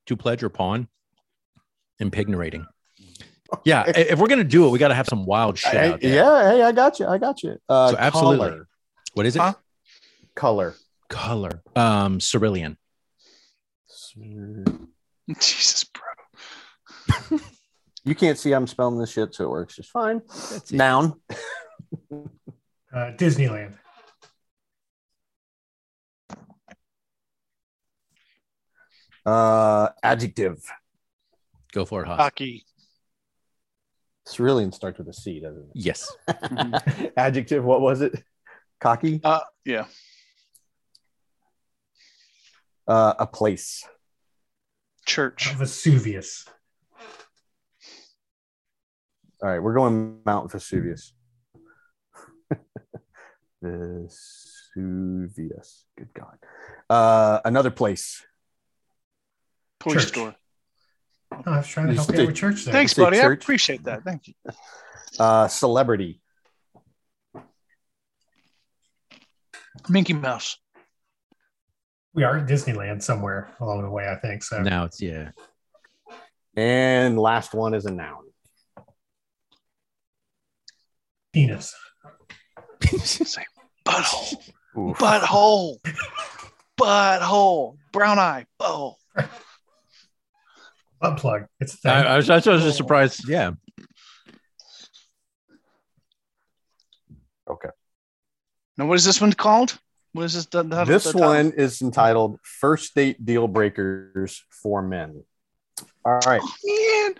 A: to pledge or pawn. Impignorating. Yeah, i- if we're gonna do it, we got to have some wild shit.
D: Hey,
A: out there.
D: yeah, hey, I got you. I got you. Uh,
A: So absolutely.
D: Color.
A: What is it?
C: Huh?
D: color.
A: Color. Um, cerulean.
C: Jesus, bro.
D: You can't see I'm spelling this shit, so it works just fine.
A: That's it.
D: Noun.
E: Uh, Disneyland.
D: Uh, adjective.
A: Go for it, Haas.
D: Uh,
C: Hockey.
D: Cerulean starts with a C, doesn't it?
A: yes.
D: Adjective, what was it? Cocky?
C: Uh, yeah.
D: Uh, a place.
C: Church.
E: Vesuvius.
D: All right, we're going Mount Vesuvius. Vesuvius. Good God. Uh, another place.
C: Toy
E: Church.
C: store.
E: Oh, I was trying to
D: You
E: help you
D: stick-
E: out with church there.
C: Thanks,
D: Say
C: buddy. I
D: church.
C: appreciate that. Thank you.
D: Uh, celebrity.
C: Minky Mouse.
E: We are at Disneyland somewhere along the way, I think. So
A: Now it's yeah.
D: And last one is a noun.
E: penis.
C: Say butthole.
D: Oof.
C: Butthole. Butthole. Brown eye. Butthole.
E: butt plug. It's a thing.
A: I, I was, I was just surprised. Yeah.
C: Now, what is this one called? What is this? The, the- the
D: this
C: title?
D: one is entitled First Date Deal Breakers for Men. All right.
C: Man,
A: I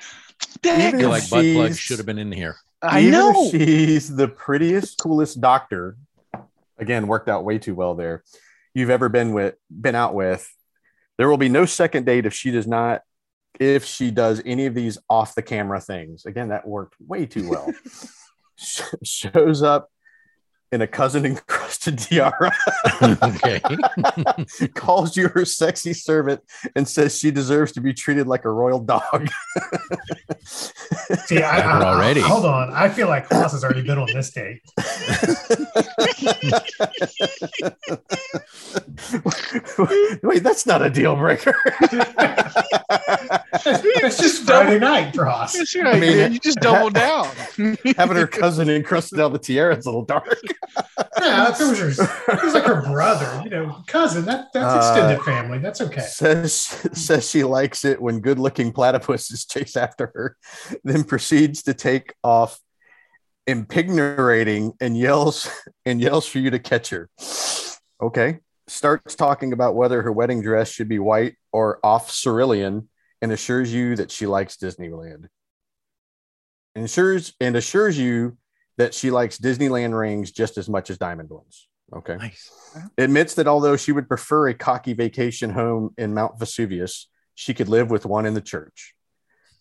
C: dang.
D: Even
A: feel like butt plugs
D: she's-
A: should have been in here.
C: I
D: Even if
C: know.
D: She's the prettiest, coolest doctor. Again, worked out way too well there. You've ever been with been out with. There will be no second date if she does not if she does any of these off the camera things. Again, that worked way too well. Sh- Shows up in a cousin encrusted tiara,
A: okay.
D: calls you her sexy servant, and says she deserves to be treated like a royal dog.
E: See, I, I,
A: Over already.
E: already. Hold on. I feel like Klaus has already been on this date.
D: Wait, that's not a deal breaker.
E: it's just
C: double-
E: Friday night for us.
C: That's right,
D: I mean,
C: man. You just double down.
D: Having her cousin encrusted down the tiara is a little dark.
E: Yeah, if it was, her, if it was like her brother, you know, cousin. That that's extended family. That's okay.
D: Says says she likes it when good-looking platypuses chase after her, then proceeds to take off, impignorating and yells and yells for you to catch her. Okay. Starts talking about whether her wedding dress should be white or off cerulean, and assures you that she likes Disneyland. Ensures and assures you that she likes Disneyland rings just as much as diamond ones. Okay
A: Nice.
D: admits that although she would prefer a cocky vacation home in Mount Vesuvius, she could live with one in the church.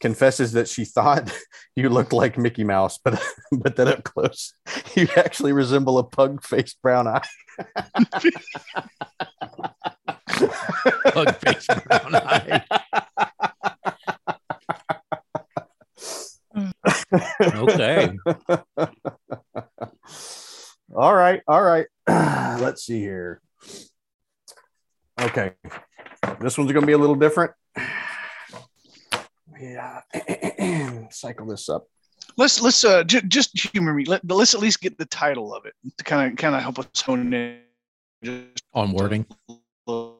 D: Confesses that she thought you looked like Mickey Mouse, but but that up close, you actually resemble a pug-faced brown eye.
A: Plug face brown eye. Okay.
D: all right, all right. Let's see here. Okay, this one's going to be a little different. Yeah, uh, cycle this up.
C: Let's let's uh, j- just humor me. Let, but let's at least get the title of it to kind of kind of help us hone in just
A: On wording.
C: a little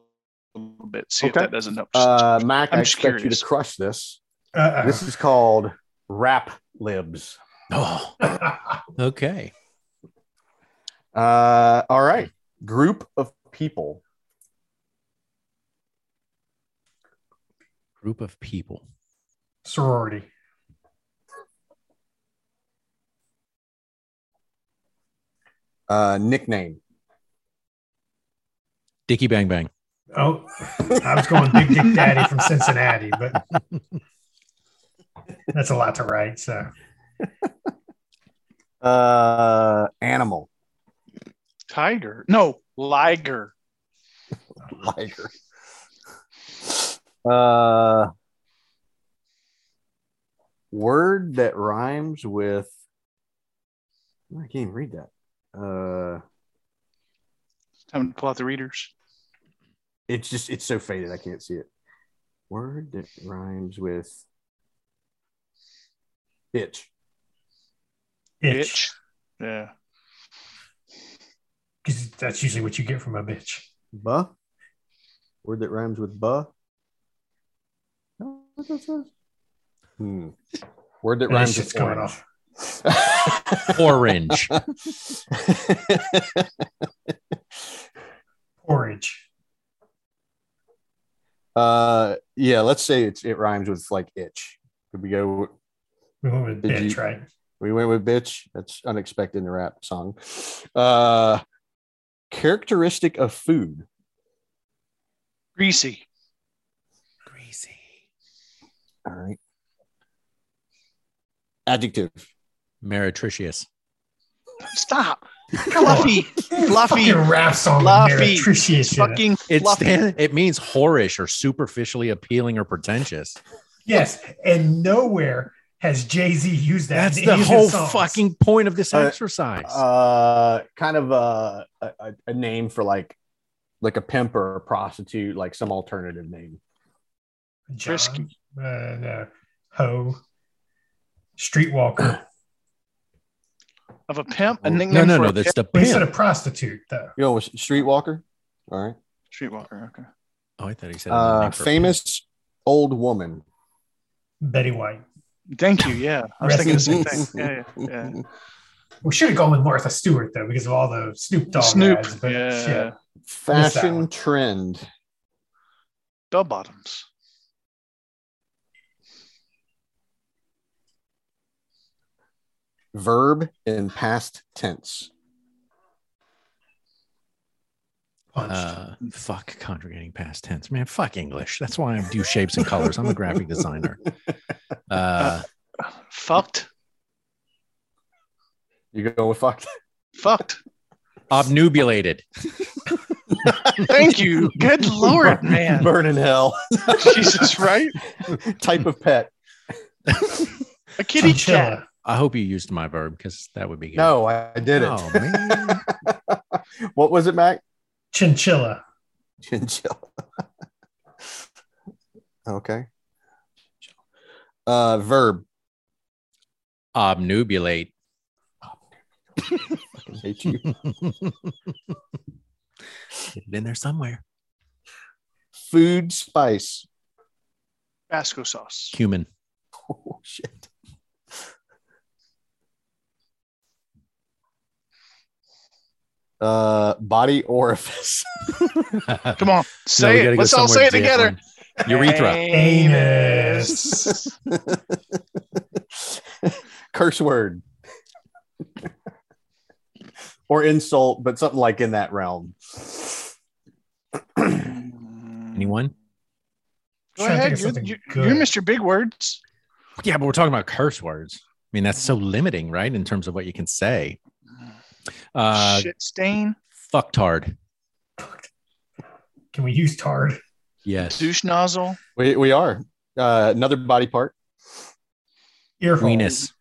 C: little bit. See
D: Okay.
C: if that doesn't help.
D: Uh, Mac, i
C: I'm just
D: expect you
C: curious.
D: to crush this.
E: Uh-oh.
D: This is called Rap Libs.
A: Oh, okay.
D: Uh, all right. Group of people.
A: Group of people.
E: Sorority.
D: Uh, nickname.
A: Dicky Bang Bang.
E: Oh, I was going Big Dick Daddy from Cincinnati, but that's a lot to write. So
D: Uh, animal.
C: Tiger. No, liger.
D: Liger. Uh, word that rhymes with. I can't even read that. Uh,
C: Time to pull out the readers.
D: it's just it's so faded i can't see it word that rhymes with itch
E: itch,
C: Bitch. Yeah.
E: 'cause that's usually what you get from a bitch.
D: buh word that rhymes with buh No, what that says? hmm. word that
E: And it's
D: rhymes
E: just
D: with
E: coming
D: orange.
E: off.
A: Orange.
E: Porridge.
D: uh yeah let's say it's, it rhymes with like itch could we go
E: We went with
D: Did
E: bitch,
D: you-
E: right?
D: We went with bitch. That's unexpected in the rap song. Uh characteristic of food.
C: Greasy.
A: Greasy.
D: All right. Adjective.
A: Meretricious.
C: Stop. Fluffy. Fluffy.
E: Fucking rap song.
C: Fluffy.
E: Fluffy. Appreciate it.
C: Fucking
A: It,
C: fluffy.
A: stand, it means whorish or superficially appealing or pretentious.
E: Yes, and nowhere has Jay Z used that.
A: That's
E: in
A: the
E: any of his
A: whole
E: songs.
A: fucking point of this
D: Uh,
A: exercise.
D: Uh kind of uh, a, a, a name for like like a pimp or a prostitute, like some alternative name.
E: John,
C: Frisky.
E: Uh, no, Ho, Streetwalker.
C: of a pimp. A
D: No,
A: no,
C: nickname
A: no,
C: for
A: no.
C: a
A: That's the
E: Well, He said a
A: pimp.
E: prostitute, though.
D: You know, was streetwalker. All right.
C: pimp. streetwalker. Okay.
A: Oh, I thought he said. another
D: Uh
A: name for a
D: famous old Uh, woman.
E: Betty White.
C: Thank you. Yeah, I was
E: Rest
C: thinking
E: in
C: the same thing. Yeah, yeah,
E: We should have gone with Martha Stewart though, because of all the Snoop
C: yeah.
E: Dogg
C: Snoop.
E: ads. But
C: Yeah,
E: shit.
D: Fashion trend.
C: bell bottoms.
D: Verb in past tense.
E: Punched.
A: Uh, fuck conjugating past tense, man. Fuck English. That's why I do shapes and colors. I'm a graphic designer. Uh,
C: Fucked.
D: You go with fuck.
C: Fucked.
A: obnubulated.
C: Thank you. Good lord, man.
D: Burn in hell.
C: Jesus, right?
D: Type of pet.
C: A kitty cat.
E: Chinchilla.
A: I hope you used my verb because that would be good.
D: No, I I did it.
A: Oh, man.
D: What was it, Mac?
E: Chinchilla.
D: Chinchilla. okay. Uh, verb.
A: Obnubulate.
D: I hate you.
A: Get it in there somewhere.
D: Food spice.
C: Basco sauce.
A: Cumin.
D: Oh shit. Uh, body orifice.
C: Come on, say it. Let's all say it together.
A: Urethra.
E: Anus.
D: Curse word. or insult, but something like in that realm.
A: Anyone?
C: Go
E: Trying to
C: ahead.
E: think of
C: You're,
E: something
C: you're,
E: good.
C: you're Mr. Big Words.
A: Yeah, but we're talking about curse words. I mean, that's so limiting, right? In terms of what you can say. Uh,
C: Shit stain.
A: fucktard.
E: Can we use tard?
A: Yes.
C: Douche nozzle.
D: We we are uh, another body part.
E: Ear hole.
A: Weenus.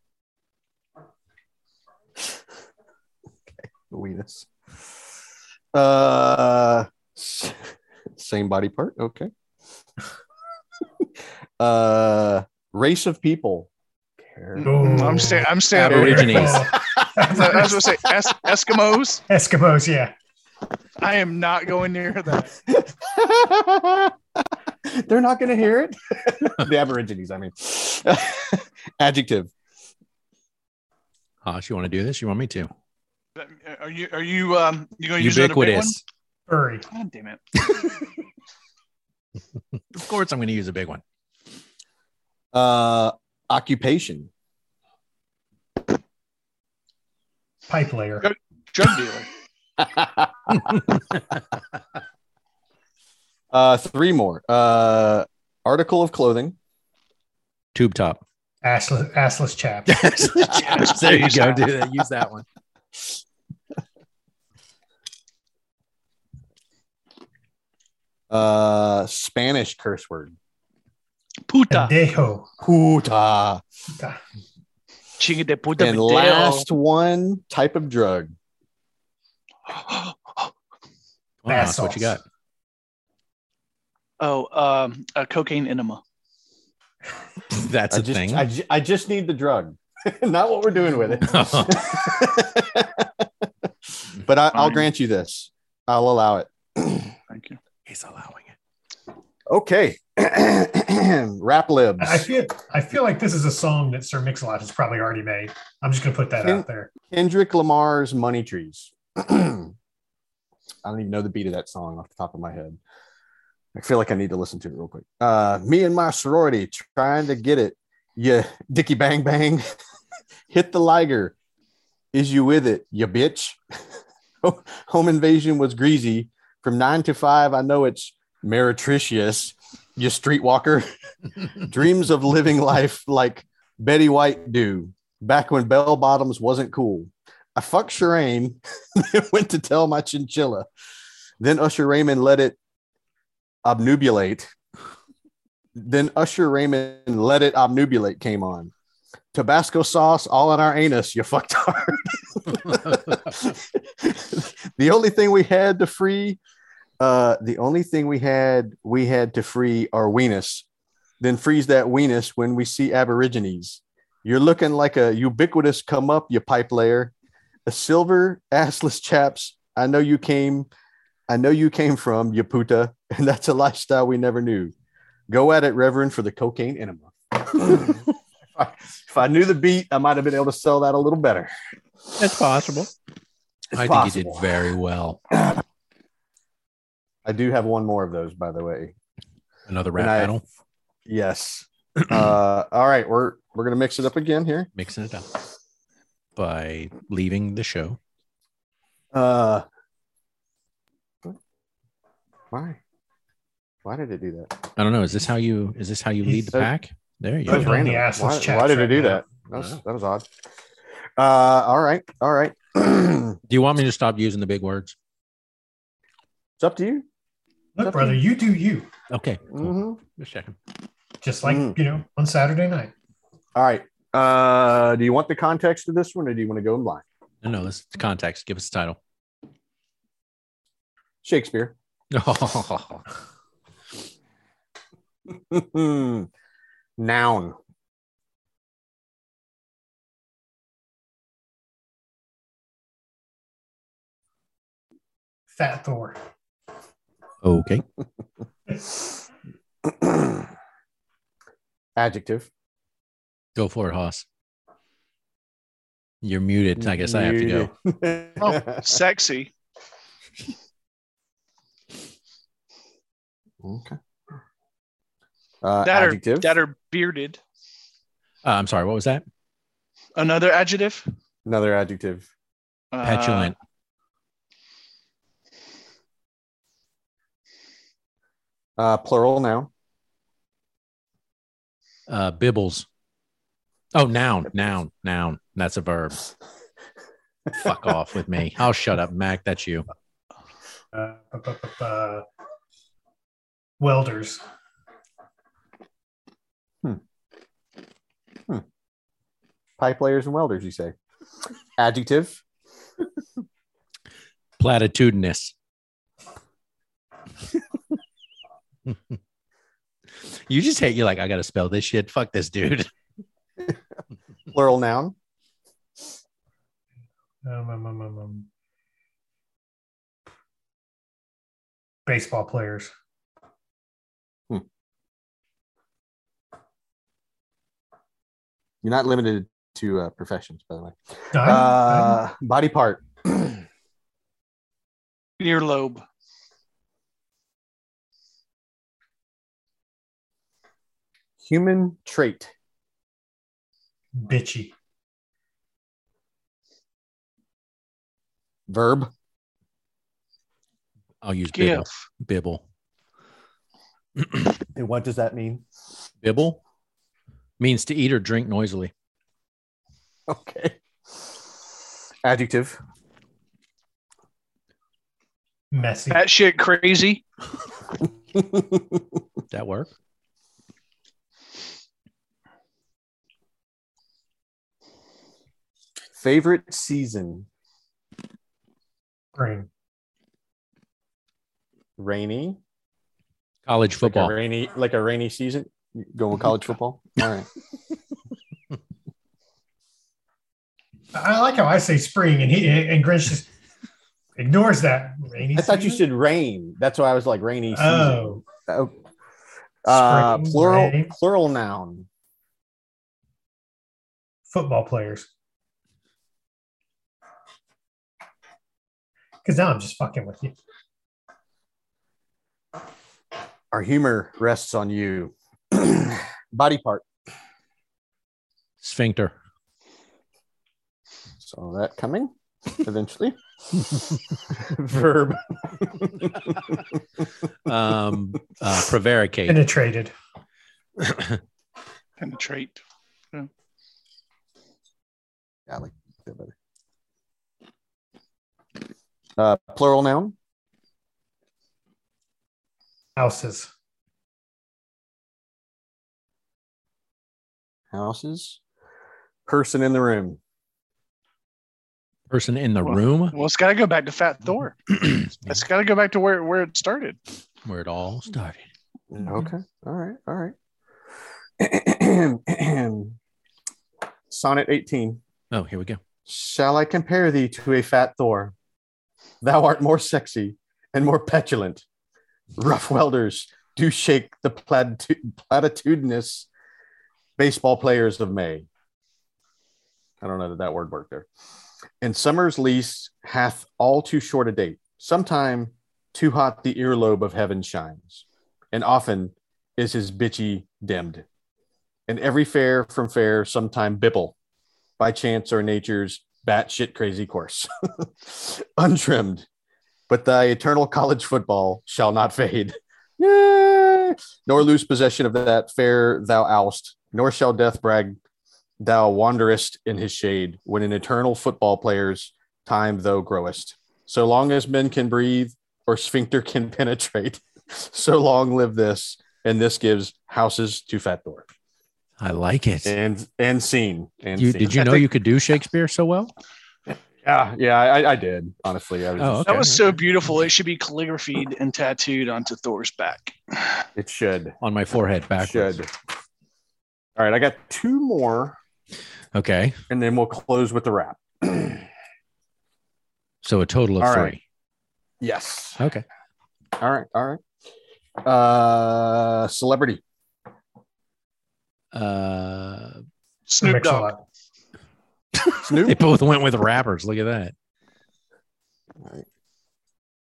D: Weenus. Uh, s- same body part. Okay. uh, race of people. Care.
E: Ooh.
C: I'm staying. I'm staying. over here.
A: Aborigines.
C: I was gonna say es- Eskimos.
E: Eskimos, yeah.
C: I am not going near that.
D: They're not going to hear it. the Aborigines, I mean. Adjective.
A: Hosh, Uh, you want to do this? You want me to?
C: uh, Are you? Are you? Um, you going to use another big one?
A: Ubiquitous.
E: Furry.
C: God damn it!
A: Of course, I'm going to use a big one.
D: Uh, occupation.
E: Pipe layer.
C: Drug dealer.
D: uh, three more. Uh, article of clothing.
A: Tube top.
E: Assless, assless chap.
A: there you go. Do that. Use that one.
D: Uh, Spanish curse word.
C: Puta.
E: Pendejo.
D: Puta.
C: Chinga de puta.
D: And
C: video.
D: last one type of drug.
A: Come on, Hosh, what you got?
E: Bath
C: Oh, um, a cocaine enema.
A: That's
D: I
A: a
D: just,
A: thing.
D: I, ju- I just need the drug, not what we're doing with it. but I, I'll
C: Fine.
D: grant you this. I'll allow it.
C: Thank you.
A: He's allowing it.
D: Okay. Rap libs.
E: I feel I feel like this is a song that Sir Mix-a-Lot has probably already made. I'm just gonna put that out there.
D: Kendrick Lamar's Money Trees. I don't even know the beat of that song off the top of my head. I feel like I need to listen to it real quick. Uh, me and my sorority trying to get it. Yeah, Dicky Bang Bang. Hit the liger. Is you with it, you bitch? Home invasion was greasy. From nine to five, I know it's meretricious, you streetwalker. Dreams of living life like Betty White do back when bell bottoms wasn't cool. I fucked Shireen, then went to tell my chinchilla. Then Usher Raymond let it obnubulate. Then Usher Raymond let it obnubulate came on. Tabasco sauce all in our anus, you fucked hard. the only thing we had to free, uh, the only thing we had, we had to free our weenus. Then freeze that weenus when we see Aborigines. You're looking like a ubiquitous come up, you pipe layer. A silver assless chaps. I know you came, I know you came from Yaputa, and that's a lifestyle we never knew. Go at it, Reverend, for the cocaine enema. if, I, if I knew the beat, I might have been able to sell that a little better.
A: That's possible.
D: It's
A: I
D: possible.
A: think you did very well.
D: I do have one more of those, by the way.
A: Another rap
D: And I-
A: battle,
D: Yes. uh, all right, we're we're gonna mix it up again here.
A: mixing it up by leaving the show.
D: Uh, why? Why did it do that?
A: I don't know. Is this how you? Is this how you lead the
D: So-
A: pack? There you
E: That
A: go.
E: was
D: That's random.
E: the assless
D: Why,
E: chats
D: why did it
E: right
D: do
E: now.
D: that? That was, that was odd. Uh, all right, all right. it's
A: Do you want me to stop using the big words?
D: up to you.
E: Look, brother, you do you.
A: Okay. Cool.
D: Mhm.
A: Just checking.
E: Just like
D: Mm.
E: you know, on Saturday night.
D: All right. Uh, do you want the context of this one, or do you want to go in blind?
A: No, no. This is the context. Give us the title.
D: Shakespeare. Noun.
E: Fat Thor.
A: okay.
D: Adjective.
A: Go for it, Hoss. You're muted. I guess I have to go.
D: to
C: Oh, sexy.
D: okay. Uh,
C: That or-
D: adjective.
C: That are bearded.
A: Uh, I'm sorry. What was that?
C: Another adjective.
D: Another adjective.
C: Uh,
A: Petulant.
D: Uh, plural noun.
A: Uh, bibbles. Oh, noun, noun, noun. That's a verb. Fuck off with me. I'll shut up, Mac. That's you.
E: Uh, bu- bu- bu- bu- welders.
D: Pipe layers and welders. You say. Adjective.
A: Platitudinous. you just hate. You're like, I gotta spell this shit. Fuck this dude.
D: Plural noun.
E: Um, um, um, um, um. Baseball players.
D: You're not limited to uh, professions, by the way.
E: No, I'm- I'm-
D: Uh, body part.
C: earlobe.
D: Human trait.
E: bitchy.
D: Verb.
A: I'll use
C: Give.
A: bibble. Bibble.
D: And what does that mean?
A: Bibble means to eat or drink noisily.
D: Okay. Adjective.
E: Messy.
C: That shit crazy.
A: That work?
D: Favorite season.
E: Green.
D: Rainy.
A: College
D: Like a
A: football.
D: rainy, like a rainy season. Going with college football. All right.
E: I like how I say spring and he and Grinch just ignores that. Rainy
D: I thought you
E: season?
D: said rain. That's why I was like rainy season.
E: Oh,
D: Oh. Uh,
E: Spring,
D: plural
E: rain.
D: plural noun.
E: football players. Because now I'm just fucking with you.
D: Our humor rests on you. Body part.
A: Sphincter.
D: Saw that coming eventually. Verb.
A: Um, uh, prevaricate.
E: Penetrated.
C: Penetrate.
D: I like that better. Uh, plural noun.
E: Houses.
D: Houses. Person in the room.
A: person in the
C: Well-
A: room
C: Well, it's got to go back to Fat Thor. It's got to go back to where where it started.
A: where it
D: Mm.
A: all started.
E: Mm-hmm.
D: Okay. All right. All right. Sonnet 18.
A: Oh, here we go.
D: Shall I compare thee to a fat Thor? Thou art more sexy and more petulant. Rough welders do shake the platu- platitudinous baseball players of May. I don't know that that word worked there. And summer's lease hath all too short a date. Sometime too hot the earlobe of heaven shines, and often is his bitchy dimmed. And every fair from fair sometime bibble, by chance or nature's batshit crazy course, untrimmed. But thy eternal college football shall not fade. Yay! nor lose possession of that fair thou oust, nor shall death brag thou wanderest in his shade when an eternal football player's time thou growest. So long as men can breathe or sphincter can penetrate, so long live this, and this gives houses to fat door.
A: I like it.
D: And and scene. And
A: You,
D: scene.
A: did you know you could do Shakespeare so well?
D: Yeah, yeah, I, I did. Honestly, I was.
A: Oh,
D: just-
A: okay.
C: That was so beautiful. It should be calligraphied and tattooed onto Thor's back.
D: It should.
A: On my forehead backwards.
D: Should. All right, I got two more,
A: Okay.
D: and then we'll close with the wrap.
A: So a total of
D: All
A: three.
D: right. yes.
A: Okay.
D: All right. All right. Uh, celebrity.
A: Uh,
C: Snoop
E: Makes a
C: Dogg.
E: lot.
A: they
D: Snoop.
A: both went with rappers. Look at that.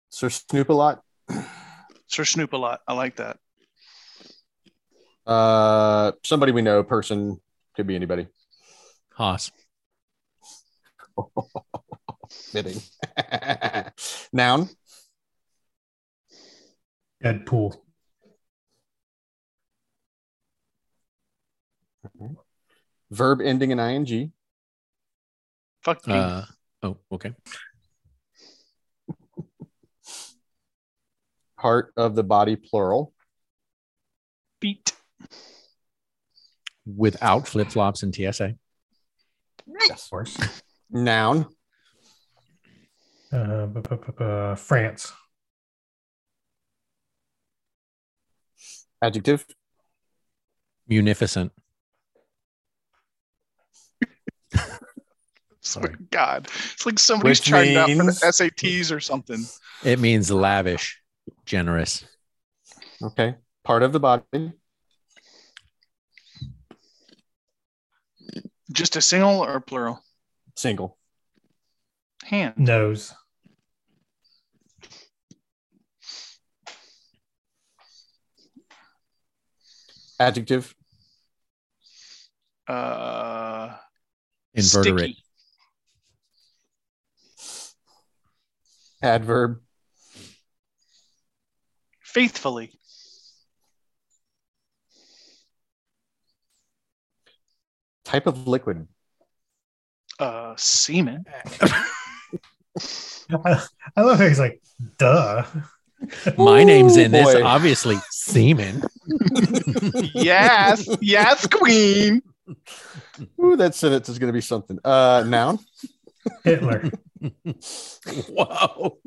D: Sir Snoop a lot.
C: Sir Snoop a lot. I like that.
D: Uh, somebody we know. Person could be anybody.
A: Haas.
D: Fitting. Noun.
E: Deadpool.
D: Verb ending in ing.
C: Fuck me.
A: Uh, oh, okay.
D: Part of the body plural.
C: Beat.
A: Without flip flops and TSA.
E: Of course.
D: Noun.
E: Uh, bu- bu- bu- bu- France.
D: Adjective.
A: Munificent.
C: Swear to God. It's like somebody's
D: Which
C: trying out for the
D: means-
C: SATs or something.
A: It means lavish, generous.
D: Okay. Part of the body.
C: Just a single or plural?
D: Single.
C: Hand.
E: Nose.
D: Adjective.
C: Uh,
A: Invertebrate.
C: sticky.
D: Adverb.
C: Faithfully.
D: Type of liquid.
C: Uh, semen.
E: I, I love how he's like, duh.
A: My name's in this,
D: boy.
A: obviously. Semen.
C: yes. Yes, queen.
D: Ooh, that sentence is going to be something. Uh, noun.
E: Hitler.
A: Whoa.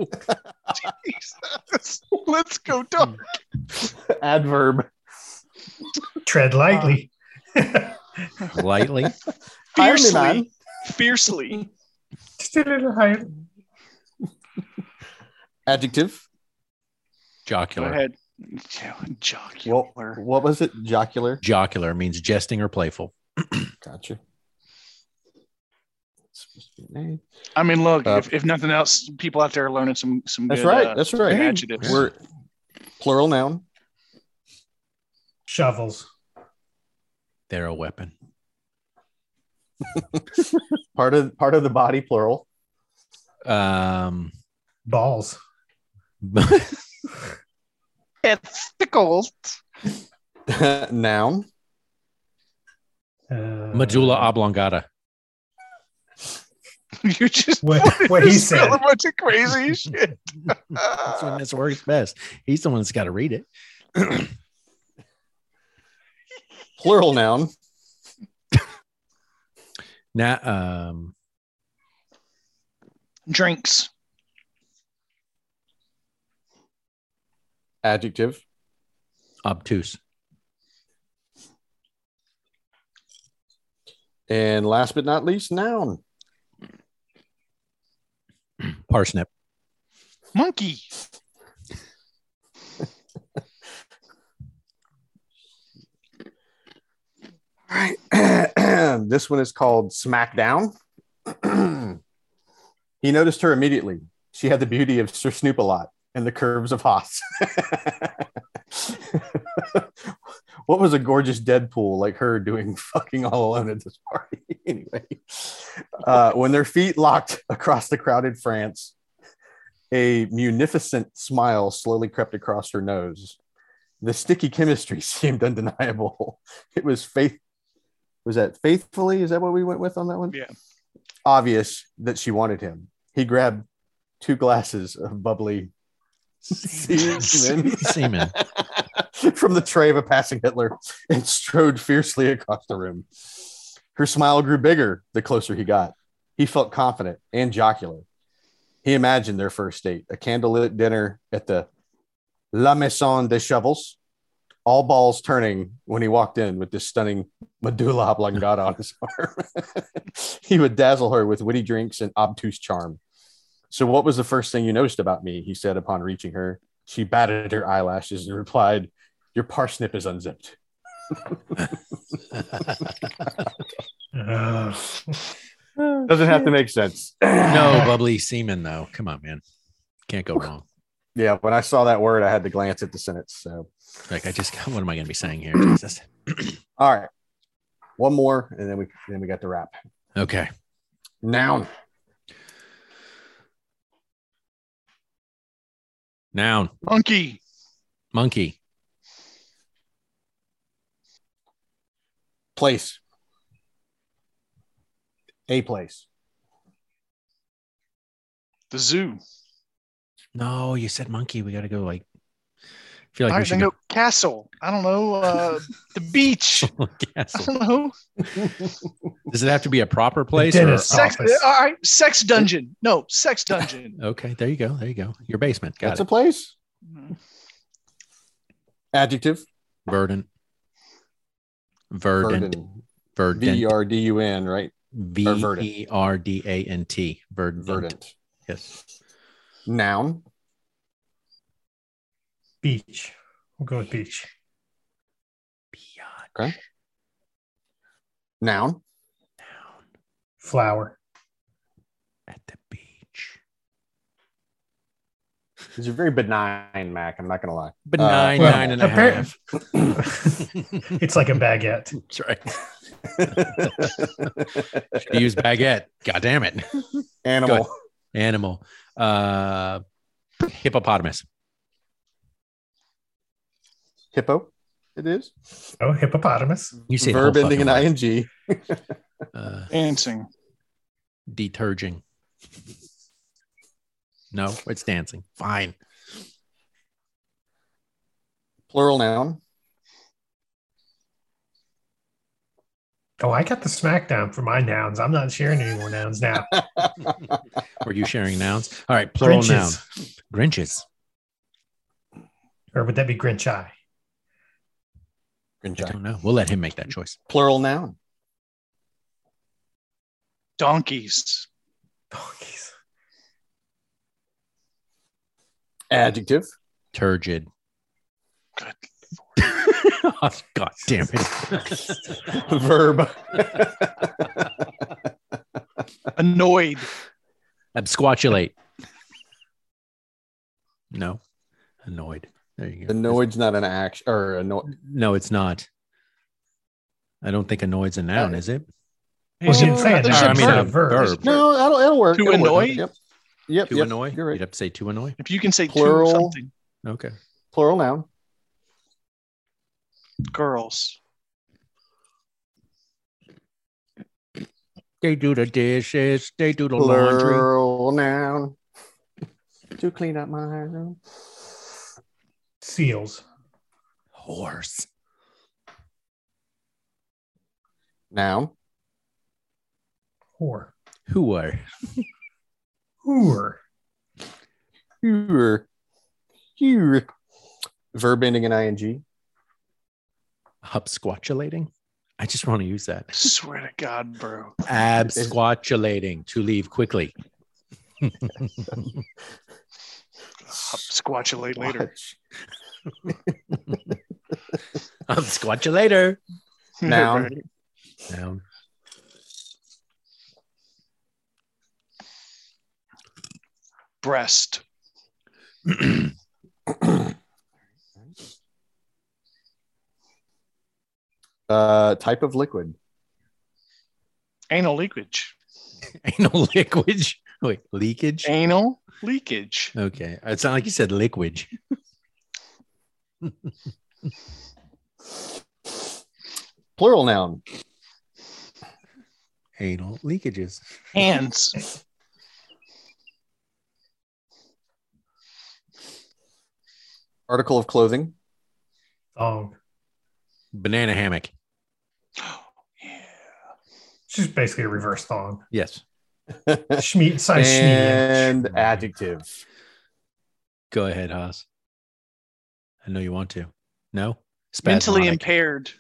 C: Jesus. Let's go
D: Hmm.
C: dog.
D: Adverb.
E: Tread lightly.
D: Ah.
A: Lightly.
D: Hire me, man.
C: Fiercely. Fiercely.
E: Just a little higher.
D: Adjective.
C: Go
A: Jocular.
C: ahead. Jocular.
D: Well, what was it? Jocular.
A: Jocular means jesting or playful.
D: Gotcha. It's supposed to be an A.
C: I mean, look,
D: Uh,
C: if, if nothing else, people out there are learning some some
D: That's
C: good,
D: right.
C: uh,
D: That's right.
C: adjectives.
D: We're plural noun.
E: Shovels.
A: They're a weapon.
D: Part of part of the body plural.
A: Um,
E: Balls.
C: it's tickled.
D: noun.
E: Uh,
A: medulla oblongata.
C: You just
E: What, what he said.
C: spell a bunch of crazy shit.
A: That's when this works best. He's the one that's got to read it.
D: Plural noun.
A: Now, um,
C: Drinks.
D: Adjective.
A: obtuse.
D: And last but not least, noun.
A: Parsnip.
C: Monkey.
D: All right. this one is called Smackdown. he noticed her immediately. She had the beauty of Sir Snoop a lot and the curves of Haas. what was a gorgeous Deadpool like her doing fucking all alone at this party? anyway, uh, when their feet locked across the crowded France, a munificent smile slowly crept across her nose. The sticky chemistry seemed undeniable. It was faith. Was that faithfully? Is that what we went with on that one?
C: Yeah.
D: Obvious that she wanted him. He grabbed two glasses of bubbly semen
A: Seaman.
D: from the tray of a passing Hitler and strode fiercely across the room. Her smile grew bigger the closer he got. He felt confident and jocular. He imagined their first date, a candlelit dinner at the La Maison des Chevals, all balls turning when he walked in with this stunning medulla oblongata on his arm. he would dazzle her with witty drinks and obtuse charm. So, what was the first thing you noticed about me? He said upon reaching her. She batted her eyelashes and replied, Your parsnip is unzipped.
E: Uh,
D: Doesn't have to make sense.
A: no bubbly semen though. Come on, man. Can't go wrong.
D: Yeah, when I saw that word, I had to glance at the sentence. So,
A: Like I just what am I gonna be saying here? Jesus.
D: all right, one more, and then we then we got the wrap.
A: Okay.
D: Noun.
A: Noun.
C: Monkey.
A: Monkey.
D: Place. A place.
C: The zoo.
A: No, you said monkey. We gotta go like I feel
C: All
A: like we
C: right,
A: should
C: then
A: go
C: go castle. I don't know. Uh, the beach. I
A: castle. Oh,
C: don't know.
A: Does it have to be a proper place?
E: The
A: or-
E: dentist.
C: Sex.
E: Office.
C: All right. Sex dungeon. No, sex dungeon.
A: okay, there you go. There you go. Your basement. Got
D: That's
A: it.
D: a place. Adjective.
A: Verdant. Verdant.
D: Verdant. V E
A: Verdant.
D: R D U N. Right.
A: V
D: or verdant.
A: E R D A N T. Verdant.
D: Verdant.
A: Yes.
D: Noun.
E: beach. We'll go with beach.
A: Beyond
D: Noun.
A: down
E: Flower.
A: at the beach.
D: These are very benign, Mac. I'm not gonna lie.
A: But
D: Uh,
A: nine,
E: well,
A: nine and a
E: apparent-
A: half.
E: It's like a baguette.
A: That's right. Should've used baguette. God damn it.
D: Animal.
A: Animal. Uh hippopotamus.
D: Hippo. It is.
E: Oh, hippopotamus.
A: You say the
D: Verb
A: whole
D: ending in
A: fucking
D: ing.
A: word. uh
C: Dancing.
A: deterging. No, it's dancing. Fine.
D: Plural noun.
E: Oh, I got the smackdown for my nouns. I'm not sharing any more nouns now.
A: Were you sharing nouns? All right, plural
E: Grinches.
A: noun. Grinches.
E: Or would that be Grinch Eye?
A: I don't know. We'll let him make that choice.
D: Plural noun.
C: Donkeys.
E: Oh, geez.
D: Adjective.
A: Turgid.
C: Good.
A: Oh, God damn it.
D: Verb.
C: Annoyed.
A: Absquatulate. No. Annoyed. There you go.
D: Annoyed's not an action or annoyed.
A: No, it's not. I don't think annoyed's a noun, is it?
E: Well, she didn't say it.
C: There's
A: Or,
C: a
A: I mean, uh,
C: verb.
A: a verb.
D: No, that'll, it'll work.
C: To
D: it'll work.
C: annoy?
D: Yep. Yep.
A: To
D: yep.
A: annoy?
D: You're right.
A: You'd have to say to annoy.
C: If you can say
D: Plural.
C: two or something.
A: Okay.
D: Plural noun.
C: Girls.
A: They do the dishes. They do the laundry.
D: Plural noun. To clean up my room.
E: Seals.
A: Horse.
D: Noun.
E: Whore.
A: Who are?
E: Whore.
D: Here. Here. Verb ending in ing.
A: Absquatulating? I just want to use that.
C: Swear to God, bro.
A: Absquatulating. To leave quickly.
C: Squatulate later.
D: Watch.
A: Absquatulator.
D: Noun.
C: Right.
A: Noun.
C: breast.
D: Uh, type of liquid.
C: Anal leakage.
A: Anal liquage. Wait, leakage?
C: Anal leakage.
A: Okay. It sounded like you said liquid.
D: Plural noun.
A: Anal leakages.
C: Hands.
D: Article of clothing.
E: Thong.
A: Banana hammock.
C: Yeah.
E: She's basically a reverse thong.
A: Yes.
E: Schmeat size schmeat.
D: and adjective.
A: Go ahead, Haas. I know you want to. No?
C: Mentally
A: Spasmodic.
C: impaired.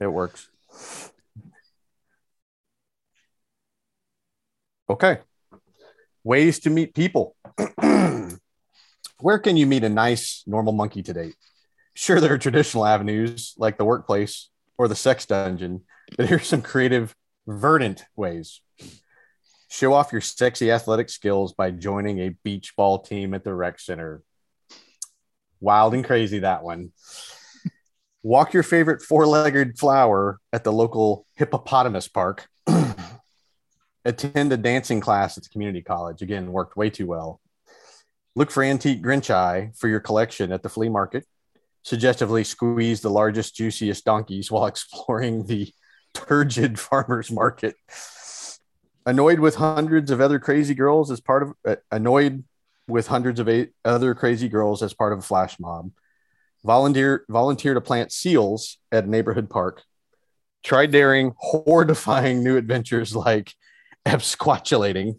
D: It works. Okay. Ways to meet people. Where can you meet a nice, normal monkey to date? Sure, there are traditional avenues like the workplace or the sex dungeon, but here's some creative, verdant ways. Show off your sexy athletic skills by joining a beach ball team at the rec center. Wild and crazy, that one walk your favorite four-legged flower at the local hippopotamus park attend a dancing class at the community college again worked way too well look for antique grinch eye for your collection at the flea market suggestively squeeze the largest juiciest donkeys while exploring the turgid farmers market annoyed with hundreds of other crazy girls as part of uh, annoyed with hundreds of eight other crazy girls as part of a flash mob volunteer volunteer to plant seals at a neighborhood park try daring horrifying new adventures like absquatulating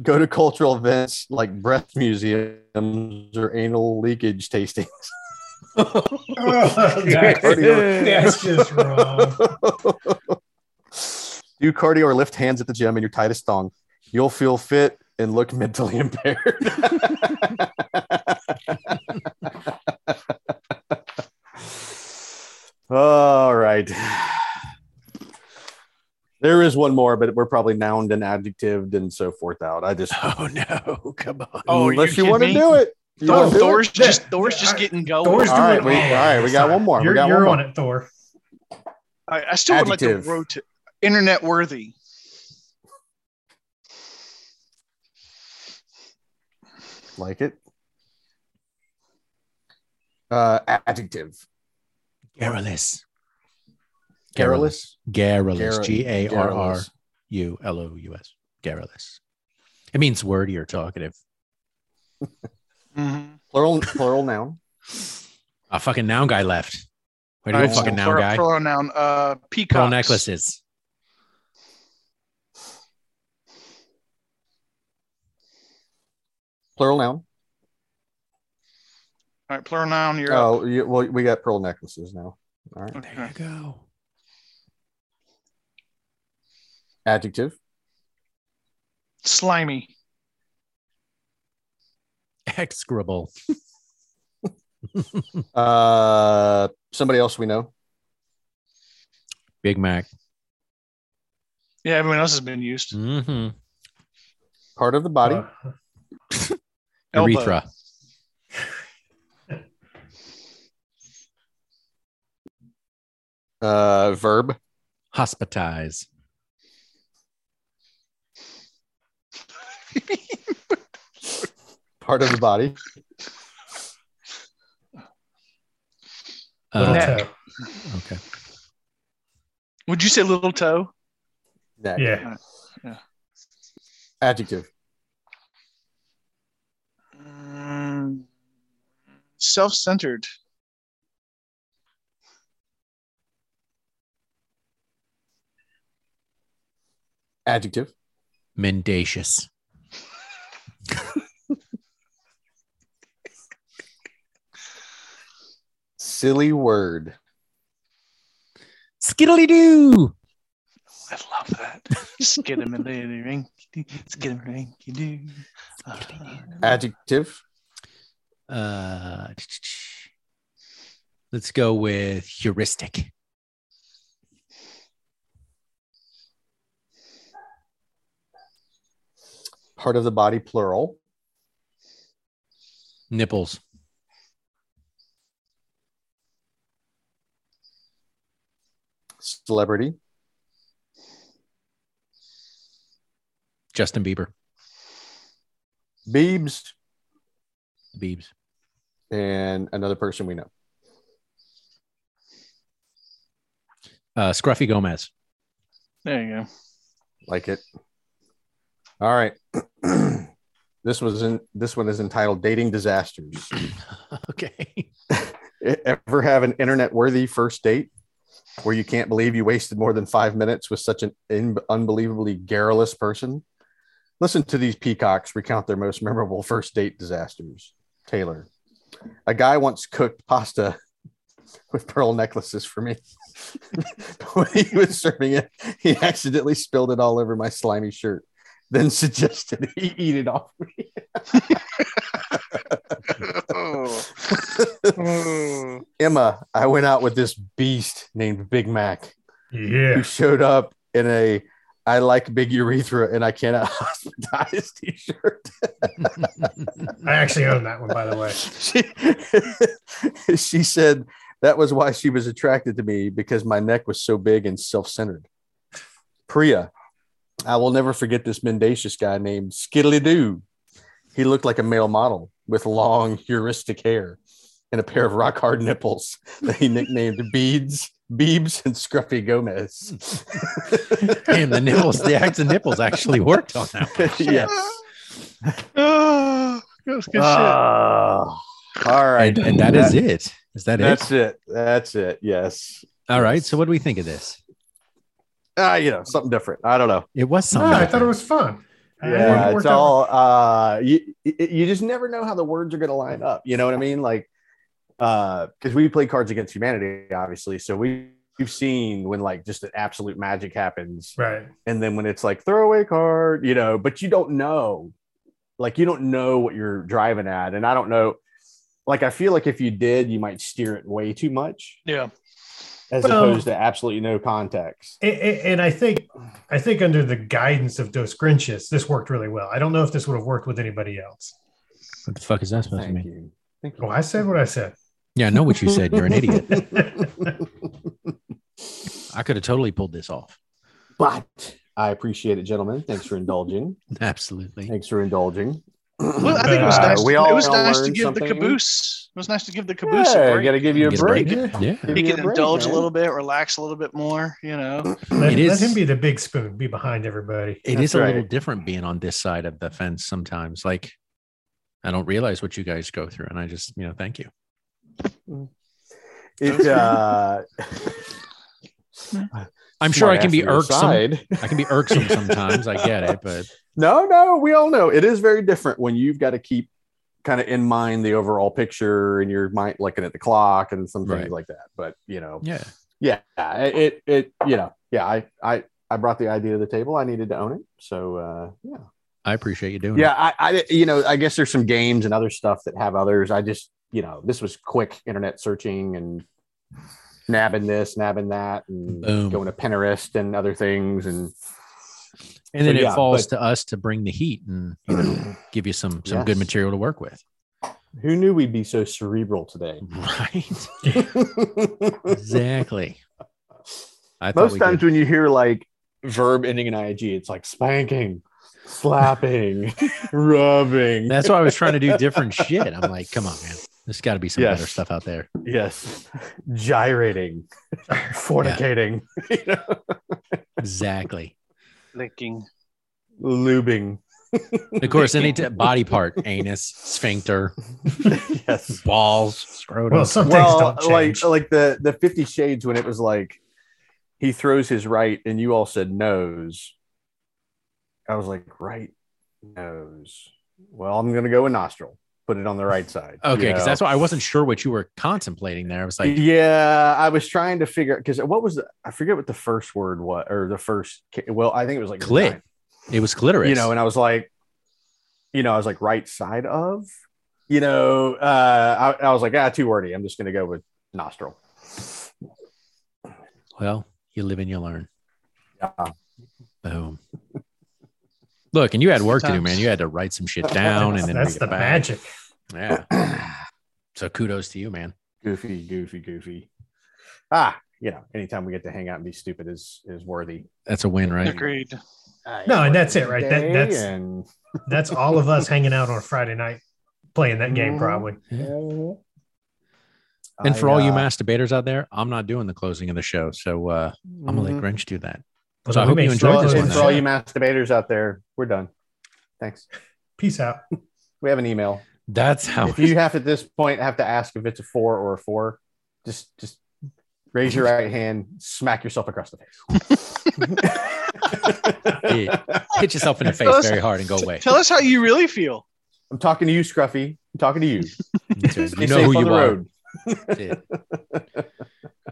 D: go to cultural events like breath museums or anal leakage tastings
E: that's, that's just wrong.
D: do cardio or lift hands at the gym in your tightest thong you'll feel fit and look mentally impaired all right there is one more but we're probably nouned and adjectived and so forth out i just
A: Oh, no. Come on.
C: Oh, are
D: unless
C: you
D: you, want to
C: kidding me?
D: do it You
C: Thor,
D: wanna do
C: Thor's
D: it?
C: just Thor's just
E: I-
C: getting going.
E: Thor's
D: All
E: doing
D: right,
E: it
D: we-
E: wrong.
D: all right, we got one more. We
E: You're,
D: got one
E: you're
D: more.
E: on it, Thor.
C: I, I still would like to
D: Adjective.
C: rotate internet worthy.
D: like it uh adjective
A: Garrulous.
D: careless
A: Garrulous.
D: Garrul-
A: G A R R
D: Garrulous.
A: U L O U S. Garrulous. It means wordy or talkative.
D: Mm-hmm. plural plural noun
A: A fucking noun guy left. Where do
C: All
A: you go,
C: right, so
A: fucking noun
C: plural-
A: guy?
C: Plural noun. Uh, peacocks.
A: Pearl necklaces.
D: plural noun
C: All right, plural noun. You're up.
D: oh you, well we got pearl necklaces now all right
A: There you
C: Okay.
A: go.
D: adjective
C: Slimy.
A: Execrable.
D: uh somebody else we know
A: Big Mac.
C: Yeah, everyone else has been used.
D: Mm.
A: Mm-hmm.
D: part of the body
E: Uh,
C: Elbow.
A: Urethra.
D: uh verb
A: Hospitize.
D: part of the body
E: little
A: Uh,
E: toe.
A: okay.
C: Would you say little toe?
D: neck
E: Yeah.
D: adjective
C: Mm, self-centered.
D: adjective
A: Mendacious.
D: silly word
A: Skiddly doo.
C: I love that. Skid him a little rinky, skid him rinky doo.
D: adjective
A: Uh, let's go with heuristic.
D: part of the body plural.
A: Nipples.
D: Celebrity.
A: Justin Bieber.
D: Beebs.
A: Biebs.
D: And another person we know.
A: Uh, Scruffy Gomez.
C: There you go.
D: Like it. All right. this was in this one is entitled Dating Disasters.
A: okay.
D: e-, Ever have an internet worthy first date where you can't believe you wasted more than five minutes with such an in- unbelievably garrulous person? Listen to these peacocks recount their most memorable first date disasters. Taylor, a guy once cooked pasta with pearl necklaces for me. when he was serving it, he accidentally spilled it all over my slimy shirt, then suggested he eat it off me.
C: Oh.
D: Emma, I went out with this beast named Big Mac who
E: Yeah.
D: showed up in a I like big urethra and I cannot hospitalize t shirt.
E: I actually own that one, by the way.
D: she, she said that was why she was attracted to me because my neck was so big and self-centered. Priya, I will never forget this mendacious guy named Skiddly Doo. He looked like a male model with long heuristic hair and a pair of rock hard nipples that he nicknamed Beads, Beebs, and Scruffy Gomez.
A: Damn, the nipples, the axe and nipples actually worked on that.
D: yes.
C: Oh, that's good
D: Ah, eh? all right.
A: And, and that is it. Is that
D: That's
A: it?
D: it. That's it. Yes.
A: All right. So what do we think of this?
D: Ah, you know, something different. I don't know.
A: It was
E: No,
A: something.
E: Ah, I thought it
A: different.
E: was fun. I
D: yeah
E: worked
D: it's
E: out-
D: all uh you you- you just never know how the words are going to line up you know what i mean like uh because we play cards against humanity obviously so we we've seen when like just an absolute magic happens
E: Right.
D: and then when it's like throwaway card you know but you don't know like you don't know what you're driving at and i don't know like i feel like if you did you might steer it way too much
C: shit. Yeah.
D: as
E: Well-
D: opposed to absolutely no context
E: A- a- And I think, I think under the guidance of Dos Grinches, this worked really well. I don't know if this would have worked with anybody else.
A: What the fuck is that supposed to
D: thank
A: mean?
D: you thank you
E: Well, Oh, I said what I said.
A: Yeah, I know what you said. You're an idiot. I could have totally pulled this off.
D: but i appreciate it gentlemen thanks for indulging
A: Absolutely.
D: Thanks for indulging.
C: Well, I think it was
E: Uh,
C: nice.
D: we
C: it
D: all
C: was nice to
D: learned
C: give the
D: something.
C: caboose. It was nice to give the caboose a
D: Yeah,
C: break.
D: got to give you a
A: Get
D: break.
A: Yeah.
D: Give
C: he
D: you
C: can
D: break,
C: indulge a
D: man.
C: little bit, relax a little bit more. You know,
E: Let,
A: It
E: let
A: is-
E: him be the big spoon, be behind everybody.
A: It is
D: That's
A: a little
D: right.
A: different being on this side of the fence sometimes. Like, I don't realize what you guys go through. And I just, you know, thank you.
D: It, uh,
A: I'm sure I
D: smart
A: can be
D: ass on your
A: irksome.
D: side.
A: I can be irksome sometimes. I get it. But
D: No, no, we all know it is very different when you've got to keep kind of in mind the overall picture and your mind looking at the clock and some things
A: Right.
D: like that. But you know,
A: yeah.
D: yeah, it, it, you know, yeah, I, I, I brought the idea to the table. I needed to own it. So uh, yeah.
A: I appreciate you doing
D: yeah I, I you know i guess there's some games and other stuff that have others i just you know this was quick internet searching and nabbing this nabbing that and
A: Boom.
D: going to pinterest and other things and
A: it. And then
D: So,
A: it
D: yeah,
A: falls to us to bring the heat and you know, give you some some good
D: Yes.
A: material to work with.
D: who knew we'd be so cerebral today
A: Right. exactly. I thought
D: most
A: we
D: times
A: did-
D: when you hear like verb ending in ing it's like spanking slapping rubbing
A: that's why I was trying to do different shit. I'm like, come on, man. There's got to be some
D: Yes.
A: better stuff out there.
D: yes gyrating fornicating you know,
A: Exactly.
C: licking.
D: lubing
A: Of course, any t- body part, anus, sphincter,
D: yes
A: balls, scrotum.
E: Well, some
D: well,
E: things don't
D: like oh,
E: change.
D: like the the Fifty Shades when it was like he throws his right and you all said nose. I was like right nose. Well, I'm gonna go with nostril. Put it on the right side.
A: okay, because that's why I wasn't sure what you were contemplating there. I was like,
D: yeah, I was trying to figure because what was the I forget what the first word was or the first well I think it was like
A: Clit. it was clitoris.
D: you know, and I was like, you know, I was like right side of, you know, uh, I, I was like ah too wordy. I'm just gonna go with nostril.
A: well, you live and you learn.
D: Yeah.
A: Boom. Look, and you had work to do,
C: Sometimes.
A: man. You had to write some shit down, and then
E: that's
A: read
E: the
A: it back.
E: magic.
A: Yeah. So kudos to you, man.
D: goofy, goofy, goofy. Ah, you know, anytime we get to hang out and be stupid is is worthy.
A: That's a win, right?
C: Agreed.
D: I
E: No, and
D: worked
E: that's it, right? That-
D: today
E: that's-
D: and
E: That's all of us hanging out on a Friday night playing that game,
D: Mhm.
E: probably.
A: And for
D: I,
A: all you
D: uh,
A: masturbators out there, I'm not doing the closing of the show, so uh, I'm gonna
D: Mm-hmm.
A: let
F: Mhm.
A: Grinch do that.
E: But
A: So I
E: we
A: hope
E: made
A: you
E: sure
A: enjoyed
E: to
A: this
E: close
A: one,
D: and
E: the
D: for all
E: show.
D: you masturbators out there, we're done. Thanks.
E: Peace out.
D: We have an email.
A: That's how.
D: If you have at this point have to ask if it's a four or a four, just just raise your right hand, smack yourself across the face.
A: Yeah. Hit yourself in the face
C: Tell us-
A: very hard and go away.
C: Tell us how you really feel.
D: I'm talking to you, Scruffy. I'm talking to you.
A: That's right.
D: Stay
A: You know
D: safe
A: who
D: on
A: you
D: the
A: are.
D: road.
A: Yeah.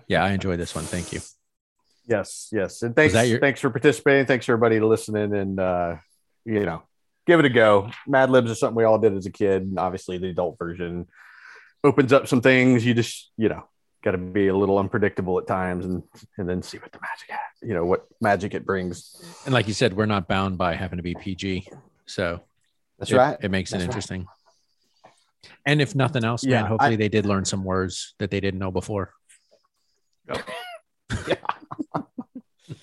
A: Yeah, I enjoyed this one. Thank you.
D: Yes, yes. And thanks,
A: that your-
D: thanks for participating. Thanks everybody listening, and uh, you know, give it a go. Mad Libs is something we all did as a kid, and obviously the adult version opens up some things. You just, you know, got to be a little unpredictable at times, and and then see what the magic, you know, what magic it brings.
A: And like you said, we're not bound by having to be PG, so
D: That's
A: it,
D: right.
A: It makes it
D: That's right.
A: interesting. And if nothing else, man,
D: Yeah,
A: hopefully they did learn some words that they didn't know before.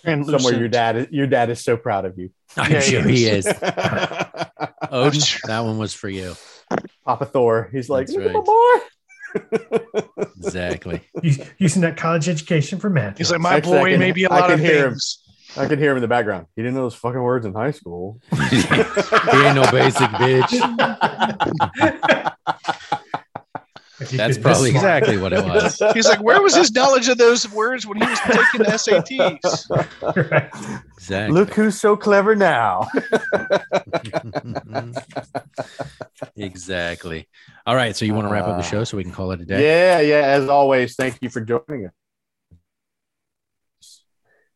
D: Somewhere your
C: Translucent.
D: dad, your dad is so proud of you.
A: I'm
C: Yeah,
A: sure he is.
D: Papa
A: Odin, that one was for you.
D: Thor, he's like,
A: That's
D: "Look at my
A: right.
D: boy.
A: Exactly.
E: Us- Using that college education for math.
C: He's like, my
D: Six
C: boy
D: seconds.
C: may be a
D: I
C: lot
D: can
C: of
D: hear him.
C: things.
D: I can hear him in the background. He didn't know those fucking words in high school.
A: he ain't no basic bitch.
E: If you
A: That's
E: could
A: probably
E: this smart.
A: exactly what it was.
C: He's like, where was his knowledge of those words when he was taking the SATs?
E: Right.
A: Exactly.
D: Look who's so clever now.
A: exactly. All right. So you want to wrap up
D: Uh,
A: the show so we can call it a day?
D: Yeah, yeah. As always, thank you for joining us.